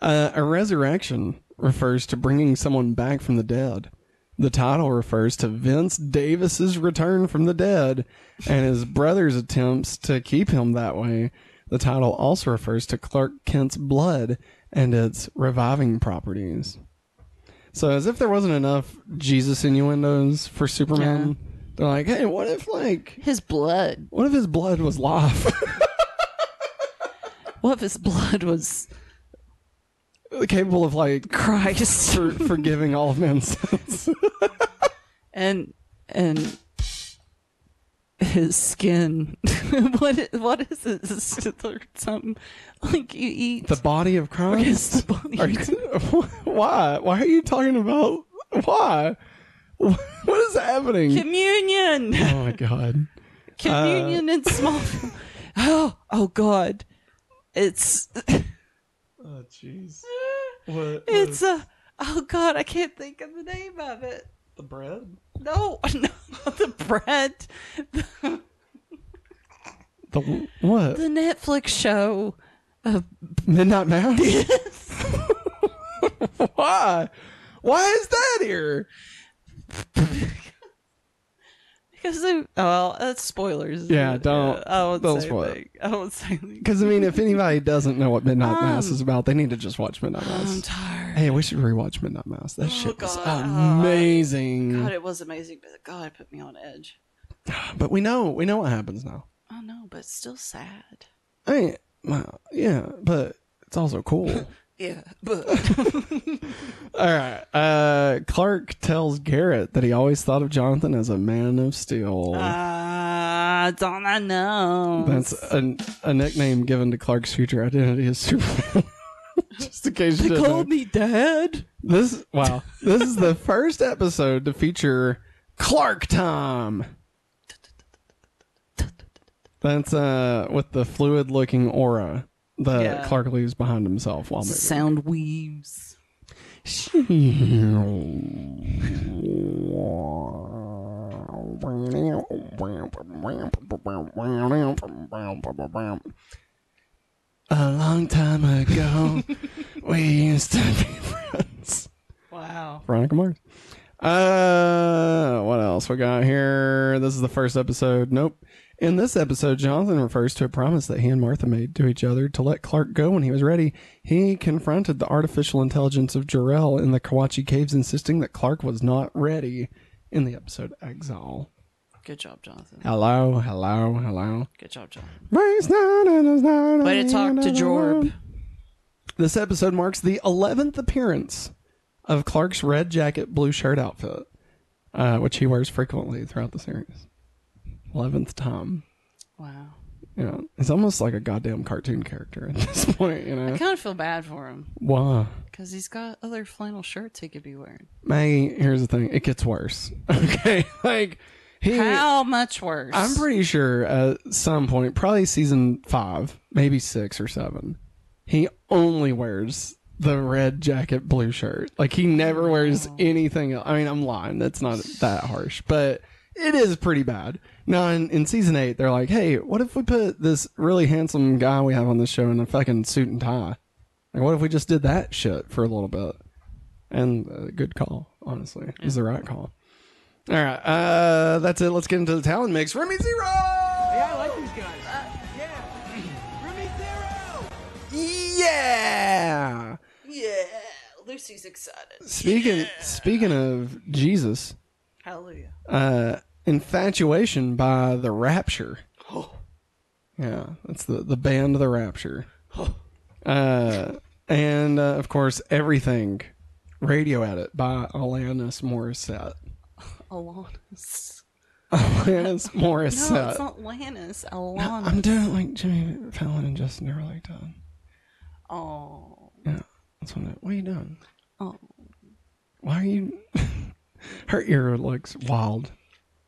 Uh, a resurrection refers to bringing someone back from the dead. The title refers to Vince Davis's return from the dead and his brother's attempts to keep him that way. The title also refers to Clark Kent's blood and its reviving properties. So, as if there wasn't enough Jesus innuendos for Superman, they're like, "Hey, what if like, His blood. what if his blood was life? What if his blood was capable of like Christ? for, forgiving all of man's sins?" and and his skin. what is, what is it? Is it or something like you eat? The body of Yes, Christ. the body Are of you why? Why are you talking about why? What is happening? communion, oh my god! communion in small. Oh, oh God! It's Oh jeez! What? it's a. Oh God! I can't think of the name of it. the bread. No, no, not the bread. The, The what? the Netflix show. Midnight Mass. why? Why is that here? Because they, oh, well, that's spoilers. Yeah, don't- I won't don't say spoil it. anything. I won't say anything. Because I mean, if anybody doesn't know what Midnight Mass Um, is about, they need to just watch Midnight I'm Mass. tired. Hey, we should rewatch Midnight Mass. That shit was Oh, God. amazing. God, it was amazing, but God, it put me on edge. But we know we know what happens now. I know, but it's still sad. I mean, well, yeah, but it's also cool. Yeah, but All right. Uh, Clark tells Garrett that he always thought of Jonathan as a man of steel. uh, don't I know? That's a, a nickname given to Clark's future identity as Superman. Just in case you they didn't know. called me dad. This wow. This is the first episode to feature Clark Time. That's uh with the fluid looking aura that Yeah. Clark leaves behind himself while moving. Sound weaves. A long time ago, we used to be friends. Wow. Veronica Mars. Uh, what else we got here? This is the first episode. Nope. In this episode, Jonathan refers to a promise that he and Martha made to each other to let Clark go when he was ready. He confronted the artificial intelligence of Jarrell in the Kawachi Caves, insisting that Clark was not ready in the episode Exile. Good job, Jonathan. Hello, hello, hello. Good job, Jonathan. Way Way to talk to Jorb. This episode marks the 11th appearance of Clark's red jacket, blue shirt outfit, uh, which he wears frequently throughout the series. 11th time. Wow. You know, it's almost like a goddamn cartoon character at this point. You I know, kind of feel bad for him wow. because he's got other flannel shirts he could be wearing. Maggie, here's the thing: it gets worse. Okay, like he. How much worse? I'm pretty sure at some point, probably season five, maybe six or seven, he only wears the red jacket, blue shirt. Like he never wears anything else. I mean, I'm lying. That's not that harsh, but it is pretty bad. Now in, in season eight, they're like, hey, what if we put this really handsome guy we have on this show in a fucking suit and tie? Like, what if we just did that shit for a little bit? And uh, good call, honestly. It was the right call. All right, uh, that's it. Let's get into the talent mix. Remy Zero. Uh, Yeah, I like these guys. yeah, Remy Zero. Yeah. Yeah, Lucy's excited. Speaking speaking of Jesus, Hallelujah. uh, infatuation by the Rapture. Oh. Yeah, that's the the band the Rapture. Uh, and uh, of course everything, radio edit by Alanis Morissette. Alanis. Alanis Morissette. No, it's not Lannis. Alanis. I'm doing it like Jimmy Fallon and Justin Timberlake done. Oh. Yeah, that's what. I'm doing. What are you doing? Oh. Why are you? Her ear looks wild.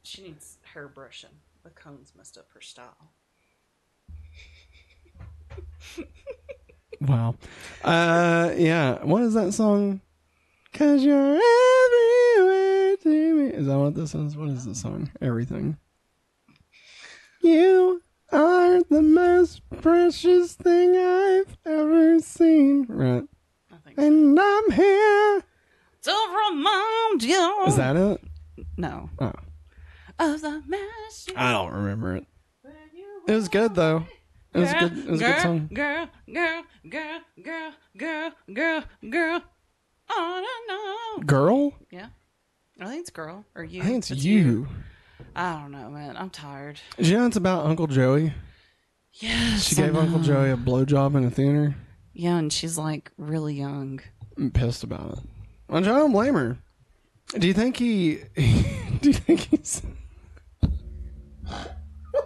She needs hair brushing. The cones messed up her style. Wow. Uh, yeah. What is that song? Cause you're everywhere to me. Is that what this is? What is this song? Everything. You are the most precious thing I've ever seen. Right. I think. And I'm here. To remind you. Is that it? No. Oh. Of the mess. I don't remember it. It was good though. It was good. It was a girl, good song. Girl, girl, girl, girl, girl, girl, girl. I don't know. Girl? Yeah. I think it's girl or you. I think it's you. I don't know, man. I'm tired. Did you know it's about Uncle Joey? Yes. She I gave Uncle know. Joey a blowjob in a theater. Yeah, and she's like really young. I'm pissed about it. Which I don't blame her. Do you think he? do you think he's? do,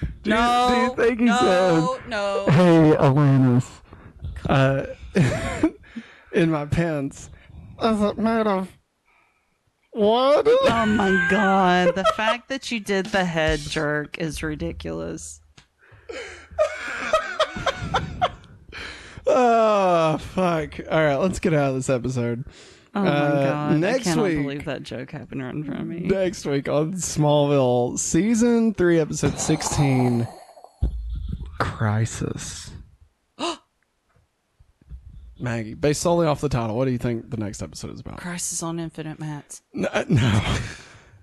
you, do you think he no, no. said, "Hey, Alanis, uh, in my pants"? Is it made of wood? Oh my god, the fact that you did the head jerk is ridiculous. Oh fuck! All right, let's get out of this episode. Oh my Uh, god, next I cannot week- believe that joke happened right in front of me. next week on Smallville, season three, episode sixteen, Crisis. Maggie, based solely off the title, what do you think the next episode is about? Crisis on Infinite Mats. N- uh,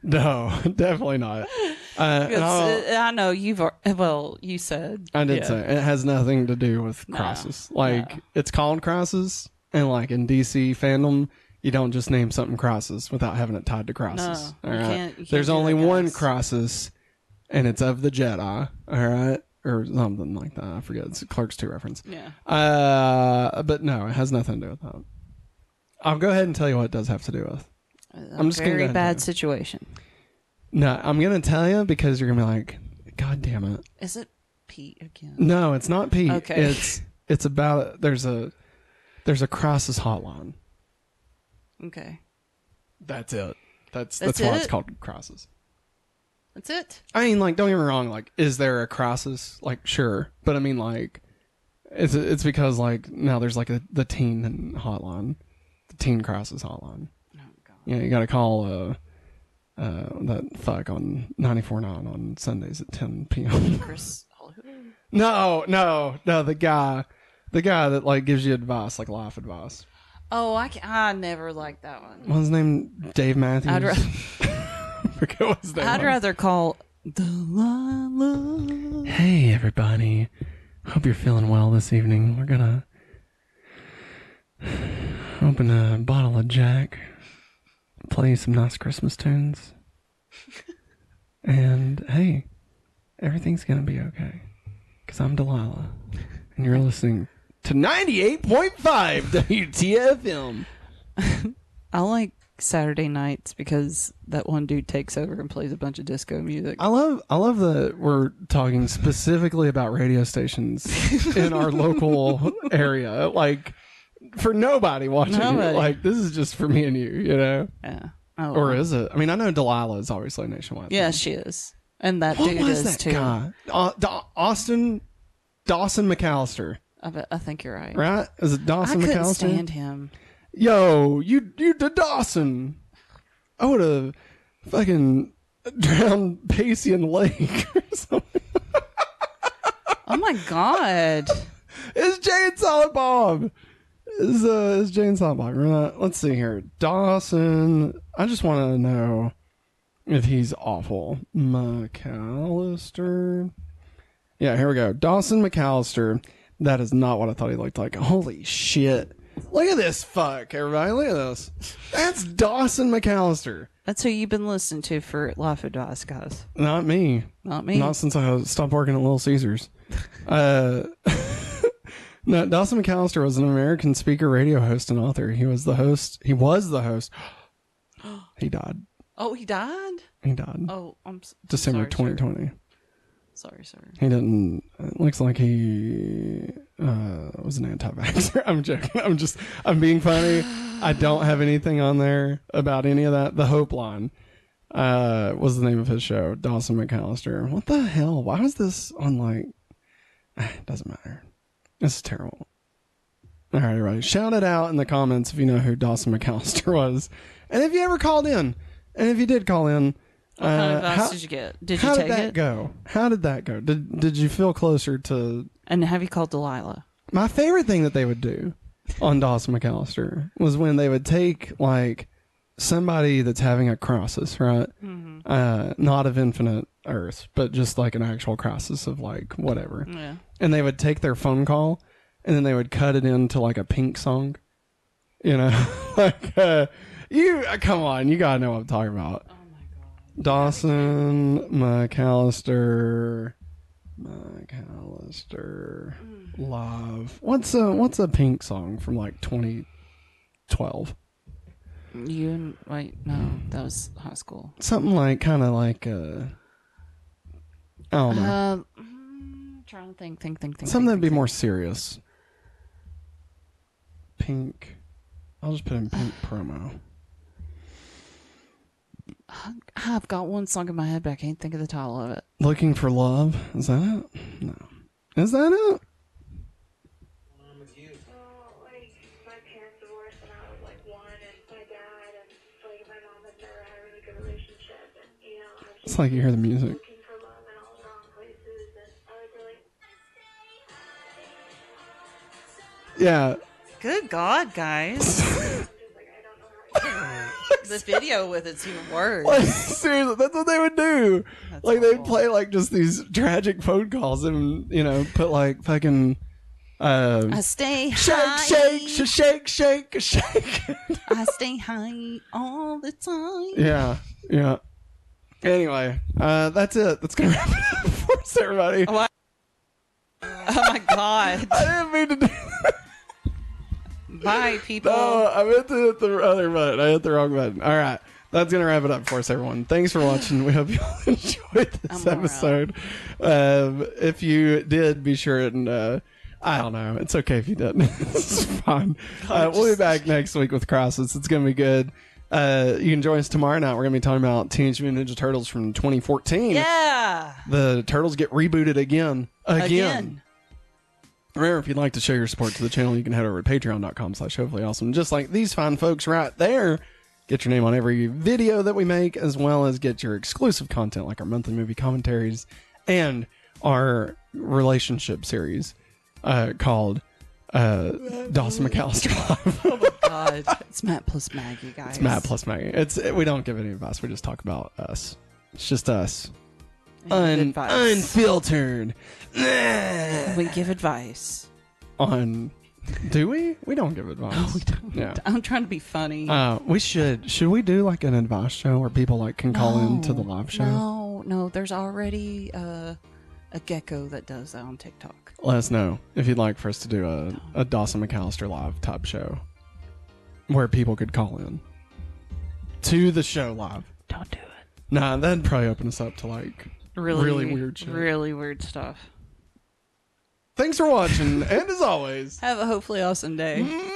No, no, definitely not. Uh, and I'll- It's- uh, I know you've al- well, you said I did yeah. say it has nothing to do with Crisis. like it's called Crisis, and like in DC fandom. You don't just name something Crisis without having it tied to Crisis. No, all you right? can't- you can't There's do only that, one guys. Crisis, and it's of the Jedi, all right, or something like that. I forget. It's a Clerks Two reference. Yeah. Uh, but no, it has nothing to do with that. I'll go ahead and tell you what it does have to do with. I'm just gonna go very ahead and do bad it. situation. No, I'm gonna tell you because you're gonna be like, God damn it. Is it Pete again? No, it's not Pete. Okay. It's it's about there's a there's a crisis hotline. Mm. Okay. That's it. That's that's, That's why it's it? called crisis. That's it. I mean, like, don't get me wrong. Like, is there a crisis? Like, sure, but I mean, like, it's it's because like now there's like a, the teen hotline, the teen crisis hotline. Oh god. Yeah, you got to call uh, uh, that fuck on 94.9 on Sundays at 10 p.m. Chris Oliver? no, no, no, the guy, the guy that like gives you advice, like life advice. Oh, I, can, I never liked that one. What's his name? Dave Matthews. I'd, ra- forget what his name I'd was. rather call Delilah. Hey, everybody. Hope you're feeling well this evening. We're gonna open a bottle of Jack, play you some nice Christmas tunes, and hey, everything's gonna be okay. Because I'm Delilah, and you're listening to 98.5 WTFM. I like Saturday nights because that one dude takes over and plays a bunch of disco music. I love I love that we're talking specifically about radio stations in our local area. Like for nobody watching. Nobody. Like this is just for me and you, you know? yeah. Oh, Or is it? I mean, I know Delilah is obviously nationwide. yeah, she is, and that What dude was is that too. guy? Uh, Da- Austin Dawson McAllister, I, bet, I think you're right. right? Is it I Dawson couldn't McAllister? stand him. Yo, you you did Dawson. I would have fucking drowned Pacey in the lake or something. Oh my god. It's Jane Silent Bob. It's, uh, it's Jane Silent Bob. We're not- let's see here. Dawson. I just want to know if he's awful. McAllister. Yeah, here we go. Dawson McAllister. That is not what I thought he looked like. Holy shit. Look at this fuck, everybody. Look at this. That's Dawson McAllister. That's who you've been listening to for Life Advice, guys. Not me. Not me. Not since I stopped working at Little Caesars. Uh, no, Dawson McAllister was an American speaker, radio host, and author. He was the host. He was the host. he died. oh, he died? He died. Oh, I'm s- December sorry, sorry. 2020. Sorry, sorry. He didn't. It looks like he uh, was an anti-vaxxer. I'm joking. I'm just. I'm being funny. I don't have anything on there about any of that. The Hope Line uh, was the name of his show. Dawson McAllister. What the hell? Why was this on like? It doesn't matter. This is terrible. All right, everybody. Shout it out in the comments if you know who Dawson McAllister was, and if you ever called in, and if you did call in. What kind of uh, advice how- did you get? Did how you did take that it? go? How did that go? Did did you feel closer to And have you called Delilah? my favorite thing that they would do on Dawson McAllister was when they would take like somebody that's having a crisis, right? Uh, not of infinite earth, but just like an actual crisis of like whatever. Yeah. And they would take their phone call and then they would cut it into like a pink song. You know, like uh, you uh, come on, you gotta know what I'm talking about. Dawson McAllister. McAllister Mm. Love. What's a what's a pink song from like twenty twelve? You and wait, no, Mm. that was high school. Something like kinda like uh I don't know. Uh, mm, trying to think, think, think, think. Something that'd think, be more serious. Pink. I'll just put in pink promo. think. I've got one song in my head, but I can't think of the title of it. Looking for love. Is that it? No. Is that it? Well, like my parents divorced when I was like one, and my dad and like my mom had never had a really good relationship, and you know I was It's like you hear the music. looking for love in all the wrong places, and I was really Yeah. Good God, guys! just like I don't know how. the video with it's even worse. Like, seriously, that's what they would do. That's like they'd awful. play like just these tragic phone calls and you know put like fucking um, I stay shake, high, shake, sh- shake, shake, shake. I stay high all the time. yeah, yeah. Anyway, uh, that's it. That's gonna wrap it up for us, everybody. Oh, Oh my God! I didn't mean to do that. Bye, people. No, Oh, Um, I meant to hit the other button. I hit the wrong button. All right. That's going to wrap it up for us, everyone. Thanks for watching. We hope you all enjoyed this I'm all episode. Um, if you did, be sure and, uh, I don't know. It's okay if you didn't. it's fine. Uh, we'll be back next week with Crisis. It's going to be good. Uh, you can join us tomorrow night. We're going to be talking about Teenage Mutant Ninja Turtles from 2014. Yeah. The Turtles get rebooted again. Again. Again. Remember, if you'd like to show your support to the channel, you can head over to patreon.com slash hopefully awesome. Just like these fine folks right there, get your name on every video that we make, as well as get your exclusive content like our monthly movie commentaries and our relationship series uh, called uh, Dawson McAllister Live. Oh God, it's Matt plus Maggie, guys. it's Matt plus Maggie. It's, we don't give any advice. We just talk about us. It's just us. And Un- advice. unfiltered. we give advice. on do we we don't give advice no, we don't yeah I'm trying to be funny. uh, we should should we do like an advice show where people like can call in to the live show No, no, there's already uh, a gecko that does that on TikTok. let us know if you'd like for us to do a, a dawson mcallister live type show where people could call in to the show live. Don't do it. Nah, that'd probably open us up to like Really, Really weird shit. Really weird stuff. Thanks for watching, and as always, Have a hopefully awesome day.